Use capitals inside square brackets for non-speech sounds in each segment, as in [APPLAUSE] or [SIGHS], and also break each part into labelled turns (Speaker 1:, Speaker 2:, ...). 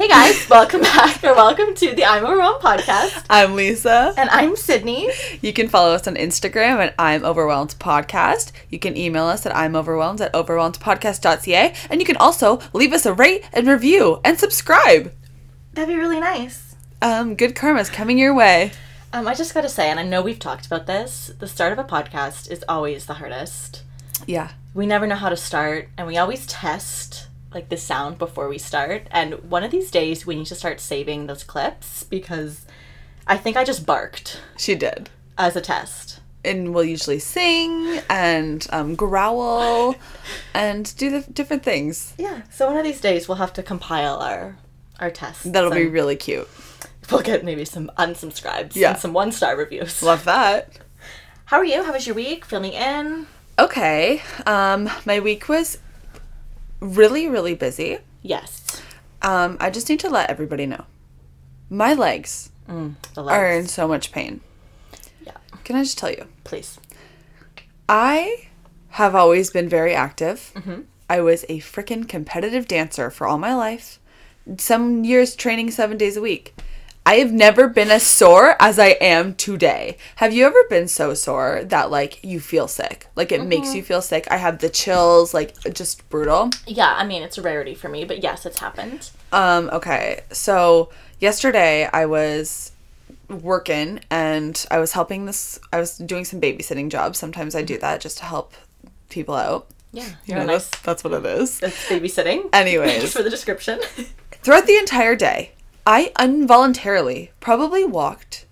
Speaker 1: [LAUGHS] Welcome back or welcome to the I'm a Rom podcast.
Speaker 2: I'm Lisa.
Speaker 1: And I'm Sydney.
Speaker 2: You can follow us on Instagram at I'm Overwhelmed Podcast. You can email us at I'm Overwhelmed at overwhelmedpodcast.ca. And you can also leave us a rate and review and subscribe.
Speaker 1: That'd be really nice.
Speaker 2: Um, good karma's coming your way.
Speaker 1: Um, I just gotta say, and I know we've talked about this, the start of a podcast is always the hardest.
Speaker 2: Yeah.
Speaker 1: We never know how to start, and we always test like the sound before we start. And one of these days, we need to start saving those clips because I think I just barked
Speaker 2: She did.
Speaker 1: as a test.
Speaker 2: And we'll usually sing and um, growl and do the different things.
Speaker 1: Yeah. So one of these days, we'll have to compile our our tests.
Speaker 2: That'll be
Speaker 1: and
Speaker 2: really cute.
Speaker 1: We'll get maybe some unsubscribes
Speaker 2: Yeah.
Speaker 1: and some one star reviews.
Speaker 2: Love that.
Speaker 1: How are you? How was your week? Filming in?
Speaker 2: Okay. Um, my week was really, really busy.
Speaker 1: Yes.
Speaker 2: Um, I just need to let everybody know. My legs
Speaker 1: The
Speaker 2: are
Speaker 1: legs.
Speaker 2: in so much pain.
Speaker 1: Yeah.
Speaker 2: Can I just tell you?
Speaker 1: Please.
Speaker 2: I have always been very active. I was a freaking competitive dancer for all my life. Some years training seven days a week. I have never been as sore as I am today. Have you ever been so sore that like you feel sick? Like it makes you feel sick. I have the chills, like just brutal.
Speaker 1: Yeah, I mean it's a rarity for me, but yes, it's happened.
Speaker 2: Um, okay. So yesterday I was working and I was helping this I was doing some babysitting jobs. Sometimes I do that just to help people out.
Speaker 1: Yeah,
Speaker 2: You
Speaker 1: you're a
Speaker 2: know,
Speaker 1: nice.
Speaker 2: that's, that's what it is.
Speaker 1: That's babysitting.
Speaker 2: [LAUGHS] Anyways.
Speaker 1: [LAUGHS] Thanks for the
Speaker 2: [LAUGHS]
Speaker 1: description.
Speaker 2: Throughout the entire day, I involuntarily probably walked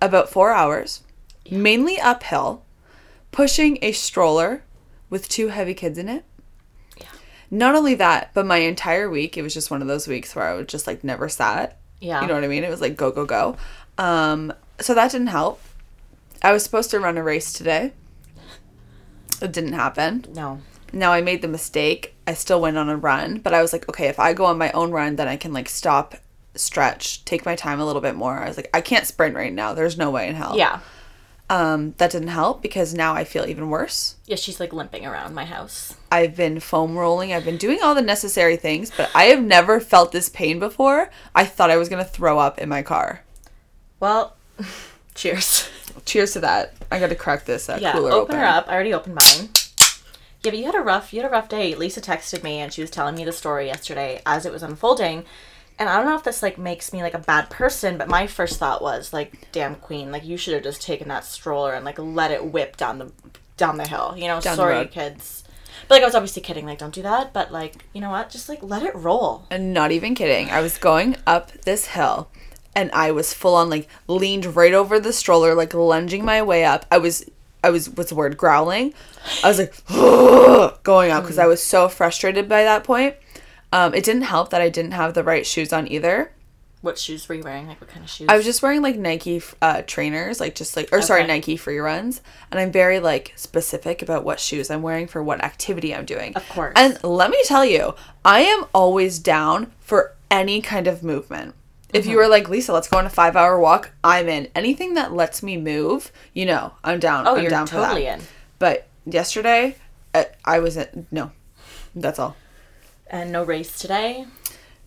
Speaker 2: about four hours, mainly uphill, pushing a stroller with two heavy kids in it.
Speaker 1: Yeah.
Speaker 2: Not only that, but my entire week, it was just one of those weeks where I would just like never sat.
Speaker 1: Yeah.
Speaker 2: You know what I mean? It was like go, go, go. Um, so that didn't help. I was supposed to run a race today. It didn't happen.
Speaker 1: No.
Speaker 2: Now I made the mistake. I still went on a run, but I was like, okay, if I go on my own run, then I can like stop, stretch, take my time a little bit more. I was like, I can't sprint right now. There's no way in hell.
Speaker 1: Yeah.
Speaker 2: Um, that didn't help because now I feel even worse.
Speaker 1: Yeah, she's like limping around my house.
Speaker 2: I've been foam rolling. I've been doing all the necessary things, but I have never felt this pain before. I thought I was gonna throw up in my car.
Speaker 1: Well, [LAUGHS] cheers.
Speaker 2: Cheers to that. I gotta crack this uh,
Speaker 1: Yeah,
Speaker 2: cooler
Speaker 1: open,
Speaker 2: open.
Speaker 1: her up. I already opened mine. Yeah, but you had a rough you had a rough day. Lisa texted me and she was telling me the story yesterday as it was unfolding. And I don't know if this like makes me like a bad person, but my first thought was like, damn queen, like you should have just taken that stroller and like let it whip down the down the hill. You know,
Speaker 2: Down the
Speaker 1: sorry
Speaker 2: road.
Speaker 1: kids. But like I was obviously kidding, like don't do that, but like, you know what? Just like let it roll.
Speaker 2: And not even kidding. I was going up this hill and I was full on like leaned right over the stroller, like lunging my way up. I was I was what's the word, growling. I was like [GASPS] going up
Speaker 1: Mm.
Speaker 2: because I was so frustrated by that point. Um, it didn't help that I didn't have the right shoes on either.
Speaker 1: What shoes were you wearing? Like what kind of shoes?
Speaker 2: I was just wearing like Nike uh, trainers, like just like, or sorry,
Speaker 1: Okay.
Speaker 2: Nike free runs. And I'm very like specific about what shoes I'm wearing for what activity I'm doing. Of
Speaker 1: course.
Speaker 2: And let me tell you, I am always down for any kind of movement. If
Speaker 1: Mm-hmm.
Speaker 2: you were like, Lisa, let's go on a five hour walk, I'm in. Anything that lets me move, you know, I'm down.
Speaker 1: Oh,
Speaker 2: I'm
Speaker 1: you're
Speaker 2: down
Speaker 1: totally
Speaker 2: for that.
Speaker 1: in.
Speaker 2: But yesterday, I, I wasn't, no, that's all.
Speaker 1: And no race today.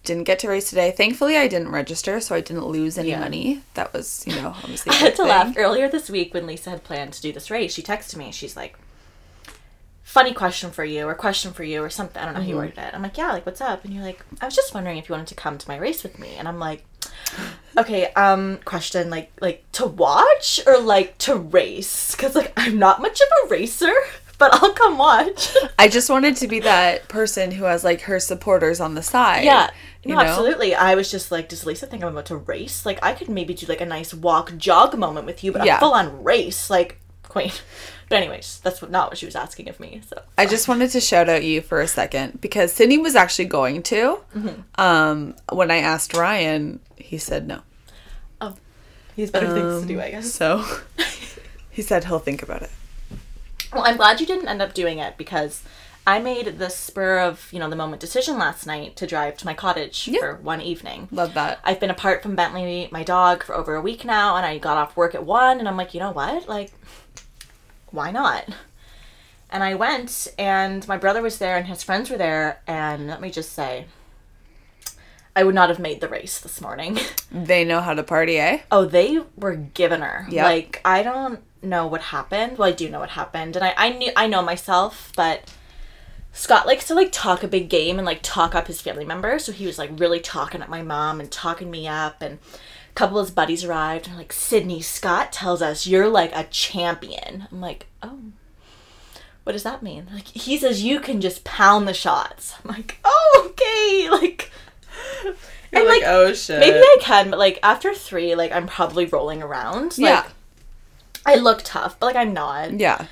Speaker 2: Didn't get to race today. Thankfully, I didn't register, so I didn't lose any
Speaker 1: Yeah.
Speaker 2: money. That was, you know,
Speaker 1: [LAUGHS]
Speaker 2: obviously.
Speaker 1: I
Speaker 2: a
Speaker 1: had
Speaker 2: good
Speaker 1: to
Speaker 2: thing.
Speaker 1: laugh earlier this week when Lisa had planned to do this race. She texted me. She's like, "Funny question for you, or question for you, or something." I don't know how you worded it. I'm like, "Yeah, like what's up?" And you're like, "I was just wondering if you wanted to come to my race with me." And I'm like, "Okay, um, question like like to watch or like to race? Because like I'm not much of a racer, but I'll come watch." [LAUGHS]
Speaker 2: I just wanted to be that person who has like her supporters on the side.
Speaker 1: Yeah.
Speaker 2: You
Speaker 1: No,
Speaker 2: know?
Speaker 1: absolutely. I was just like, does Lisa think I'm about to race? Like, I could maybe do like a nice walk jog moment with you, but
Speaker 2: Yeah.
Speaker 1: a full on race, like, queen. [LAUGHS] But anyways, that's what, not what she was asking of me. So
Speaker 2: I just wanted to shout out you for a second because Sydney was actually going to.
Speaker 1: Mm-hmm.
Speaker 2: Um, when I asked Ryan, he said no.
Speaker 1: he's better things to do,
Speaker 2: Um,
Speaker 1: I guess. [LAUGHS]
Speaker 2: So he said he'll think about it.
Speaker 1: Well, I'm glad you didn't end up doing it because I made the spur of you know the moment decision last night to drive to my cottage for one evening.
Speaker 2: Love that.
Speaker 1: I've been apart from Bentley, my dog, for over a week now, and I got off work at one, and I'm like, you know what? Like, why not? And I went, and my brother was there, and his friends were there, and let me just say, I would not have made the race this morning. [LAUGHS]
Speaker 2: They know how to party, eh?
Speaker 1: Oh, they were giving her.
Speaker 2: Yep.
Speaker 1: Like I don't know what happened. Well, I do know what happened, and I I knew I know myself, but Scott likes to like talk a big game and like talk up his family members. So he was like really talking up my mom and talking me up, and a couple of his buddies arrived and like Sydney Scott tells us you're like a champion. I'm like oh. What does that mean? Like he says, you can just pound the shots. I'm like, oh, okay. [LAUGHS] Like,
Speaker 2: You're
Speaker 1: And,
Speaker 2: like,
Speaker 1: like,
Speaker 2: oh shit.
Speaker 1: Maybe I can, but like after three, like I'm probably rolling around. Like,
Speaker 2: yeah.
Speaker 1: I look tough, but like I'm not.
Speaker 2: Yeah.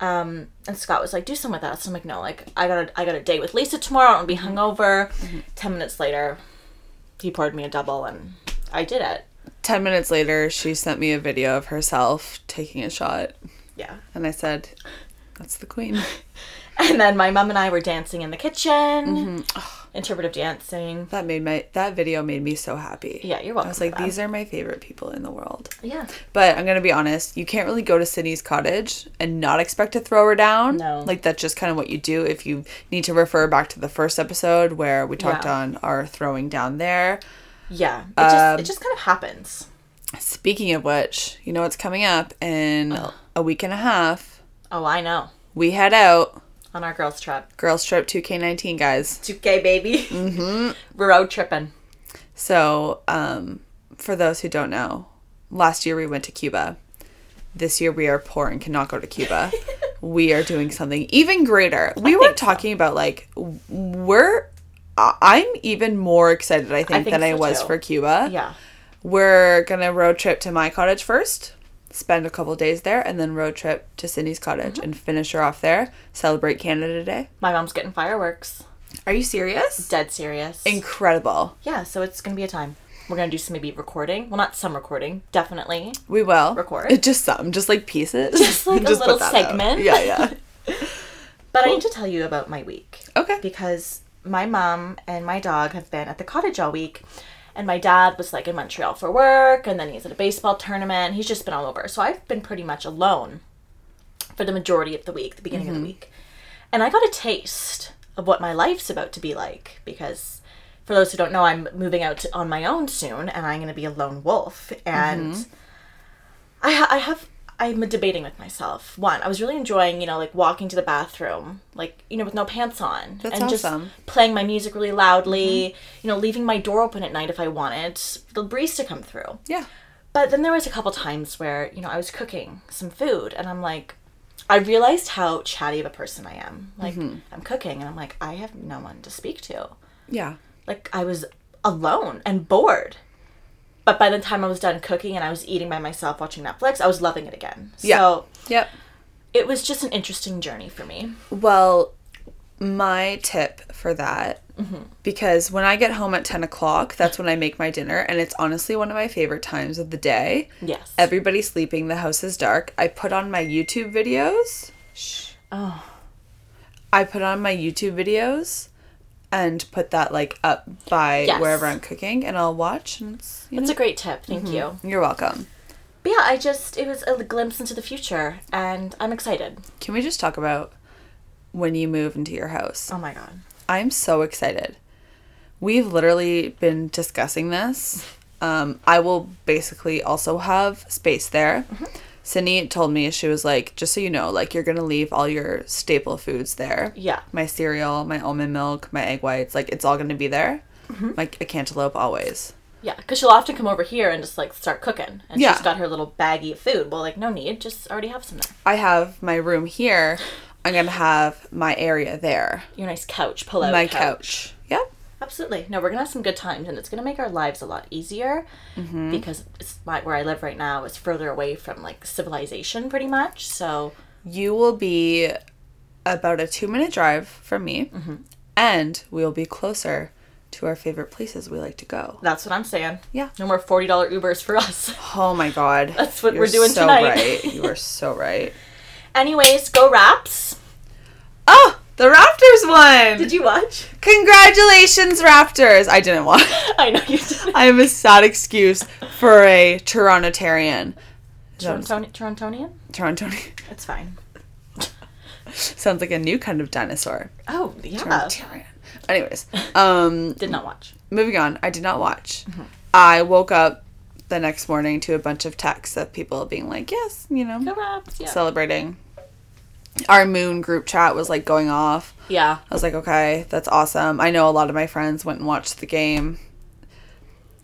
Speaker 1: Um, and Scott was like, "Do some with us." I'm like, "No, like I got a I got a date with Lisa tomorrow. I'll be hungover." Ten minutes later, he poured me a double, and I did it.
Speaker 2: Ten minutes later, she sent me a video of herself taking a shot,
Speaker 1: Yeah.
Speaker 2: and I said, "That's the queen."
Speaker 1: And then my mom and I were dancing in the kitchen, Mm-hmm. interpretive dancing.
Speaker 2: That made my that video made me so happy.
Speaker 1: Yeah, you're
Speaker 2: I
Speaker 1: welcome.
Speaker 2: was like,
Speaker 1: for that.
Speaker 2: these are my favorite people in the world.
Speaker 1: Yeah.
Speaker 2: But I'm gonna be honest, you can't really go to Sydney's cottage and not expect to throw her down.
Speaker 1: No.
Speaker 2: Like that's just kind of what you do. If you need to refer back to the first episode where we talked
Speaker 1: Yeah.
Speaker 2: on our throwing down there.
Speaker 1: Yeah. It just it just kind of happens.
Speaker 2: Speaking of which, you know what's coming up in a week and a half.
Speaker 1: Oh, I know.
Speaker 2: We head out
Speaker 1: On our girls trip,
Speaker 2: girls trip 2K19 guys.
Speaker 1: 2K baby. Mm-hmm. We're road tripping.
Speaker 2: So um, for those who don't know, last year we went to Cuba. This year we are poor and cannot go to [LAUGHS] Cuba. we are doing something even greater. We were talking about like w- we're. I- I'm even more excited, I think,
Speaker 1: think
Speaker 2: than I
Speaker 1: so,
Speaker 2: was
Speaker 1: too.
Speaker 2: for Cuba.
Speaker 1: Yeah.
Speaker 2: We're gonna road trip to my cottage first, spend a couple days there, and then road trip to Sydney's cottage and finish her off there. Celebrate Canada Day.
Speaker 1: My mom's getting fireworks.
Speaker 2: Are you serious?
Speaker 1: Dead serious.
Speaker 2: Incredible.
Speaker 1: yeah, so it's gonna be a time. We're gonna do some maybe recording. Well, not some recording, definitely.
Speaker 2: We will
Speaker 1: Record.
Speaker 2: just some, just like pieces,
Speaker 1: Just,
Speaker 2: [LAUGHS]
Speaker 1: like, a
Speaker 2: put
Speaker 1: little
Speaker 2: that out.
Speaker 1: segment.
Speaker 2: Yeah,
Speaker 1: [LAUGHS]
Speaker 2: yeah.
Speaker 1: But I need to tell you about my week
Speaker 2: Okay.
Speaker 1: because my mom and my dog have been at the cottage all week, and my dad was like in Montreal for work, and then he's at a baseball tournament. He's just been all over. So I've been pretty much alone for the majority of the week, the beginning of the week, and I got a taste of what my life's about to be like because. For those who don't know, I'm moving out on my own soon, and I'm going to be a lone wolf. And
Speaker 2: Mm-hmm.
Speaker 1: I, ha- I have I'm debating with myself. One, I was really enjoying, you know, like walking to the bathroom, like you know, with no pants on,
Speaker 2: That's
Speaker 1: and
Speaker 2: awesome. Mm-hmm.
Speaker 1: just playing my music really loudly. You know, leaving my door open at night if I wanted for the breeze to come through.
Speaker 2: Yeah.
Speaker 1: But then there was a couple times where you know I was cooking some food, and I'm like, I realized how chatty of a person I am. Like I'm cooking, and I'm like, I have no one to speak to
Speaker 2: Yeah.
Speaker 1: like I was alone and bored. But by the time I was done cooking and I was eating by myself watching Netflix, I was loving it again.
Speaker 2: Yeah.
Speaker 1: So
Speaker 2: Yep.
Speaker 1: it was just an interesting journey for me.
Speaker 2: Well, my tip for that,
Speaker 1: Mm-hmm.
Speaker 2: because when I get home at 10 o'clock, that's when I make my dinner, and it's honestly one of my favorite times of the day.
Speaker 1: Yes.
Speaker 2: Everybody's sleeping, the house is dark. I put on my YouTube videos. Shh.
Speaker 1: Oh.
Speaker 2: I put on my YouTube videos and put that like up by
Speaker 1: Yes.
Speaker 2: wherever I'm cooking, and I'll watch. And it's, you
Speaker 1: That's a great tip. Thank you.
Speaker 2: know, you're welcome.
Speaker 1: But yeah, I just it was a glimpse into the future and I'm excited.
Speaker 2: Can we just talk about when you move into your house?
Speaker 1: Oh my god.
Speaker 2: I'm so excited. We've literally been discussing this. Um, I will basically also have space there.
Speaker 1: Mm-hmm.
Speaker 2: Sydney told me she was like, just so you know, like you're gonna leave all your staple foods there.
Speaker 1: Yeah.
Speaker 2: My cereal, my almond milk, my egg whites, like it's all gonna be there.
Speaker 1: Mm-hmm.
Speaker 2: Like a cantaloupe always.
Speaker 1: Yeah, because she'll often come over here and just like start cooking, and
Speaker 2: Yeah.
Speaker 1: she's got her little baggie of food. Well, like no need, just already have some there.
Speaker 2: I have my room here. I'm gonna have my area there.
Speaker 1: Your nice couch, pillow,
Speaker 2: my couch. Yep.
Speaker 1: Absolutely. No, we're gonna have some good times, and it's gonna make our lives a lot easier
Speaker 2: Mm-hmm.
Speaker 1: because it's my, where I live right now is further away from like civilization, pretty much. So
Speaker 2: You will be about a two minute drive from me,
Speaker 1: Mm-hmm.
Speaker 2: and we will be closer to our favorite places we like to go.
Speaker 1: that's what I'm saying.
Speaker 2: Yeah.
Speaker 1: No more forty dollar Ubers for us. [LAUGHS]
Speaker 2: Oh my God.
Speaker 1: That's what
Speaker 2: You're
Speaker 1: we're doing
Speaker 2: so
Speaker 1: tonight. [LAUGHS]
Speaker 2: Right. You are so right.
Speaker 1: Anyways, go Raps.
Speaker 2: Oh, the Raptors won.
Speaker 1: Did you watch?
Speaker 2: Congratulations, Raptors. I didn't want.
Speaker 1: [LAUGHS]
Speaker 2: [LAUGHS]
Speaker 1: I know you did.
Speaker 2: I am a sad excuse for a Torontarian.
Speaker 1: Torontonian.
Speaker 2: Torontonian.
Speaker 1: It's fine.
Speaker 2: [LAUGHS] Sounds like a new kind of dinosaur.
Speaker 1: Oh, yeah.
Speaker 2: Tyrion. Anyways, um,
Speaker 1: Did not watch.
Speaker 2: moving on. I did not watch.
Speaker 1: Mm-hmm.
Speaker 2: I woke up the next morning to a bunch of texts of people being like, "Yes, you know,
Speaker 1: Go Raps, Yeah.
Speaker 2: celebrating." Our moon group chat was like going off.
Speaker 1: yeah.
Speaker 2: I was like, okay, that's awesome. I know a lot of my friends went and watched the game.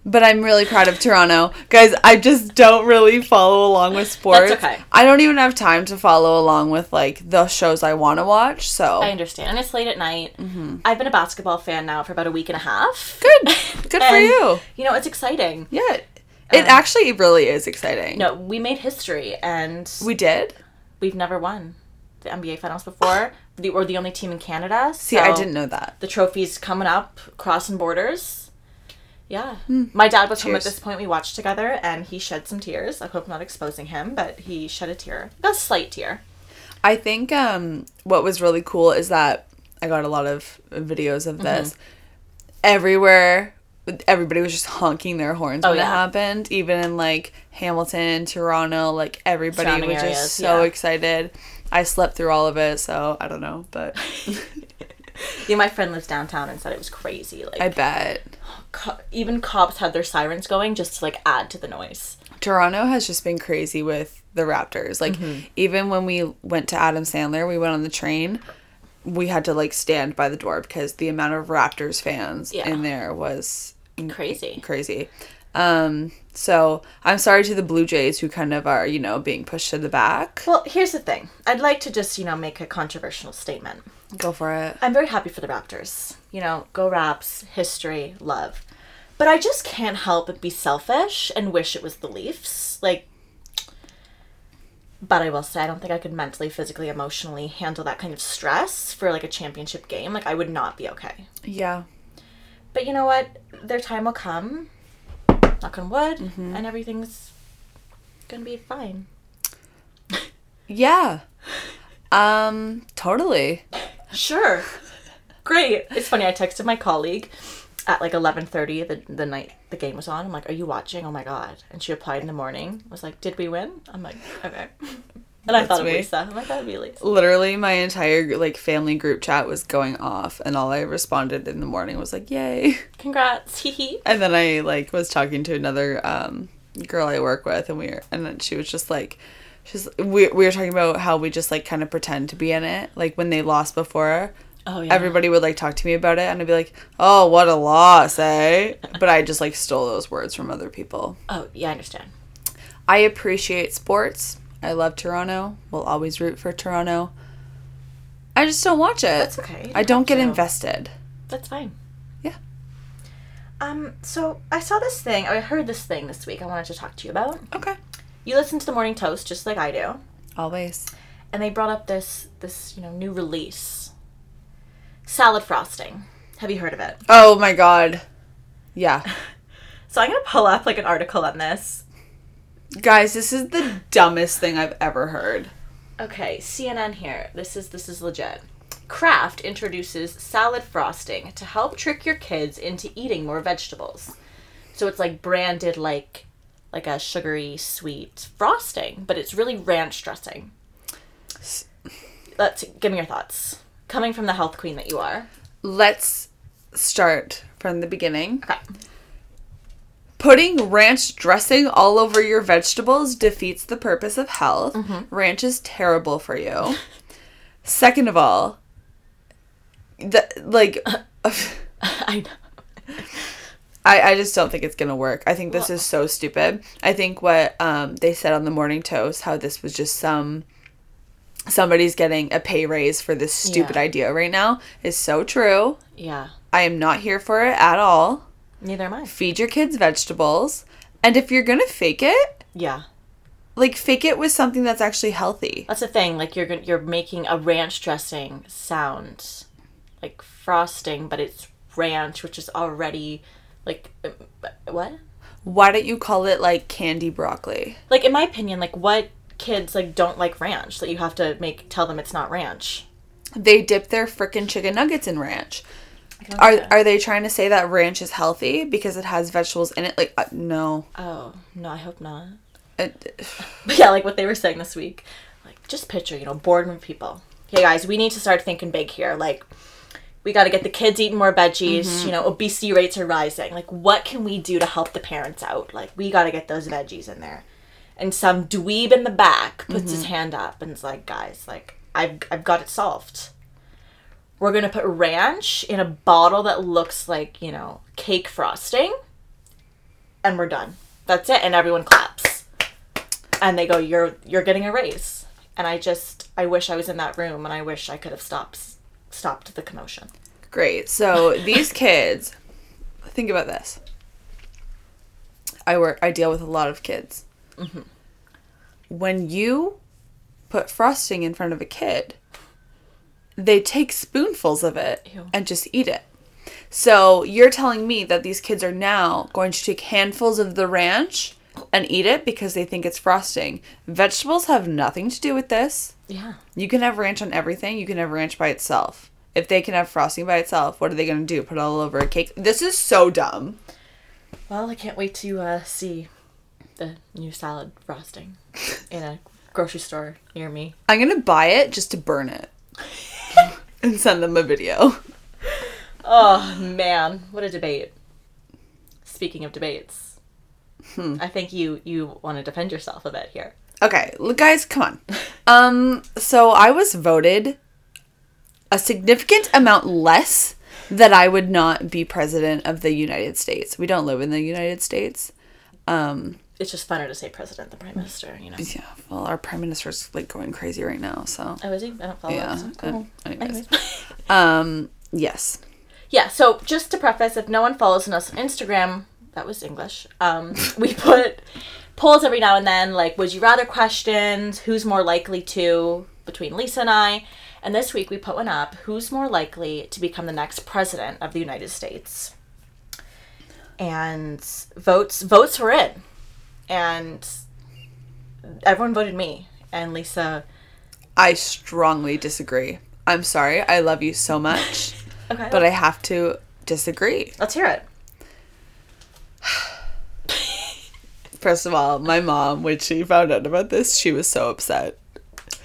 Speaker 2: But I'm really proud of Toronto. Guys, I just don't really follow along with sports.
Speaker 1: okay.
Speaker 2: I don't even have time to follow along with like the shows I want to watch. So
Speaker 1: I understand. And it's late at night.
Speaker 2: Mm-hmm.
Speaker 1: I've been a basketball fan now for about a week and a half. [LAUGHS]
Speaker 2: good. Good for
Speaker 1: And, um,
Speaker 2: you.
Speaker 1: You know, it's exciting.
Speaker 2: Yeah. It actually really is exciting.
Speaker 1: No, we made history and
Speaker 2: We did?
Speaker 1: we've never won the NBA finals before. The, we're the only team in Canada.
Speaker 2: See, I didn't know that.
Speaker 1: The trophy's coming up, crossing borders. Yeah.
Speaker 2: Hmm.
Speaker 1: My dad was home at
Speaker 2: Cheers.
Speaker 1: this point. We watched together and he shed some tears. I hope I'm not exposing him, but he shed a tear. A slight tear.
Speaker 2: I think um, what was really cool is that I got a lot of videos of this. Everywhere, everybody was just honking their horns when it
Speaker 1: yeah.
Speaker 2: happened. Even in like Hamilton, Toronto, like everybody
Speaker 1: Surrounding
Speaker 2: was
Speaker 1: areas,
Speaker 2: just so
Speaker 1: yeah.
Speaker 2: excited. I slept through all of it, so I don't know, [LAUGHS] but
Speaker 1: Yeah, my friend lives downtown and said it was crazy. Like,
Speaker 2: I bet
Speaker 1: co- even cops had their sirens going just to like add to the noise.
Speaker 2: Toronto has just been crazy with the Raptors. Like even when we went to Adam Sandler, we went on the train. We had to like stand by the door because the amount of Raptors fans
Speaker 1: Yeah.
Speaker 2: in there was
Speaker 1: Crazy.
Speaker 2: crazy. Um, so I'm sorry to the Blue Jays who kind of are, you know, being pushed to the back.
Speaker 1: Well, here's the thing. I'd like to just, you know, make a controversial statement.
Speaker 2: Go for it.
Speaker 1: I'm very happy for the Raptors. You know, go Raps, history, love. But I just can't help but be selfish and wish it was the Leafs. Like, but I will say, I don't think I could mentally, physically, emotionally handle that kind of stress for like a championship game. Like, I would not be okay.
Speaker 2: Yeah.
Speaker 1: But you know what? Their time will come. Knock on wood,
Speaker 2: Mm-hmm.
Speaker 1: and everything's gonna be fine.
Speaker 2: Yeah. Um, totally.
Speaker 1: Sure. [LAUGHS] Great. It's funny. I texted my colleague at like 11:30 the the night the game was on. I'm like, "Are you watching? Oh my god!" And she replied in the morning. Was like, "Did we win?" I'm like, "Okay." And I thought of
Speaker 2: me.
Speaker 1: Lisa. I'm like, "That'd be Lisa."
Speaker 2: Literally my entire like family group chat was going off and all I responded in the morning was like, "Yay."
Speaker 1: Congrats. [LAUGHS] Hee hee.
Speaker 2: And then I like was talking to another um girl I work with and we were and then she was just like she's we we were talking about how we just like kind of pretend to be in it. Like when they lost before,
Speaker 1: Oh yeah.
Speaker 2: everybody would like talk to me about it and I'd be like, "Oh, what a loss, eh?"
Speaker 1: [LAUGHS]
Speaker 2: But I just like stole those words from other people.
Speaker 1: oh yeah, I understand.
Speaker 2: I appreciate sports. I love Toronto. Will always root for Toronto. I just don't watch it.
Speaker 1: That's okay.
Speaker 2: I don't get
Speaker 1: So-
Speaker 2: invested.
Speaker 1: That's fine.
Speaker 2: Yeah.
Speaker 1: Um. So I saw this thing. I heard this thing this week. I wanted to talk to you about.
Speaker 2: Okay.
Speaker 1: You listen to the Morning Toast just like I do.
Speaker 2: Always.
Speaker 1: and they brought up this this you know new release salad frosting have you heard of it
Speaker 2: Oh my god. Yeah.
Speaker 1: so i'm gonna pull up like an article on this
Speaker 2: Guys, this is the dumbest thing I've ever heard.
Speaker 1: okay cnn here this is this is legit kraft introduces salad frosting to help trick your kids into eating more vegetables so it's like branded like like a sugary sweet frosting but it's really ranch dressing let's give me your thoughts coming from the health queen that you are
Speaker 2: Let's start from the beginning.
Speaker 1: okay
Speaker 2: Putting ranch dressing all over your vegetables defeats the purpose of health. Ranch is terrible for you. [LAUGHS] Second of all, the, like, [LAUGHS]
Speaker 1: [LAUGHS] i know
Speaker 2: I, I just don't think it's gonna work. I think this is so stupid. I think what um, they said on the morning toast, how this was just some somebody's getting a pay raise for this stupid
Speaker 1: Yeah.
Speaker 2: idea right now, is so true.
Speaker 1: yeah
Speaker 2: I am not here for it at all.
Speaker 1: Neither am I.
Speaker 2: Feed your kids vegetables, and if you're gonna fake it,
Speaker 1: Yeah,
Speaker 2: like fake it with something that's actually healthy.
Speaker 1: that's the thing. Like you're gon- you're making a ranch dressing sound like frosting, but it's ranch, which is already like um, what?
Speaker 2: Why don't you call it like candy broccoli?
Speaker 1: Like in my opinion, like what kids like don't like ranch that you have to make tell them it's not ranch.
Speaker 2: They dip their frickin' chicken nuggets in ranch.
Speaker 1: don't
Speaker 2: Are are they trying to say that ranch is healthy because it has vegetables in it? Like uh, no.
Speaker 1: Oh no, I hope not.
Speaker 2: It-
Speaker 1: But yeah, like what they were saying this week. Like just picture, you know, boardroom people hey guys, we need to start thinking big here. Like, we got to get the kids eating more veggies. You know, obesity rates are rising. Like, what can we do to help the parents out? Like, we got to get those veggies in there. And some dweeb in the back puts his hand up and is like, guys, like, I've, I've got it solved. We're going to put ranch in a bottle that looks like, you know, cake frosting. And we're done. That's it. And everyone claps and they go you're you're getting a raise and i just i wish i was in that room and i wish i could have stopped stopped the commotion
Speaker 2: Great. So these kids, think about this. I work. I deal with a lot of kids. When you put frosting in front of a kid, they take spoonfuls of it
Speaker 1: Ew.
Speaker 2: and just eat it. So you're telling me that these kids are now going to take handfuls of the ranch and eat it because they think it's frosting. Vegetables have nothing to do with this.
Speaker 1: yeah
Speaker 2: You can have ranch on everything. You can have ranch by itself. If they can have frosting by itself, what are they going to do? Put it all over a cake? This is so dumb.
Speaker 1: well i can't wait to uh, see the new salad [LAUGHS] frosting in a grocery store near me
Speaker 2: I'm going to buy it just to burn it [LAUGHS] and send them a video.
Speaker 1: oh man what a debate speaking of debates i think you you want to defend yourself a bit here
Speaker 2: Okay, l- guys, come on. Um, so I was voted a significant amount less that I would not be president of the United States. We don't live in the United States.
Speaker 1: it's just funner to say president than prime minister you know
Speaker 2: Yeah, well, our prime minister's like going crazy right now, so
Speaker 1: oh is he i don't follow
Speaker 2: yeah.
Speaker 1: that so
Speaker 2: uh,
Speaker 1: cool
Speaker 2: anyways.
Speaker 1: Anyways. [LAUGHS]
Speaker 2: Um, yes.
Speaker 1: yeah so just to preface if no one follows us on instagram that was english um, we put polls every now and then like would you rather questions who's more likely to between lisa and i and this week we put one up who's more likely to become the next president of the united states and votes votes were in and everyone voted me and lisa
Speaker 2: I strongly disagree. I'm sorry. I love you so much,
Speaker 1: okay
Speaker 2: but I have to disagree.
Speaker 1: let's hear it
Speaker 2: First of all, my mom, when she found out about this, she was so upset.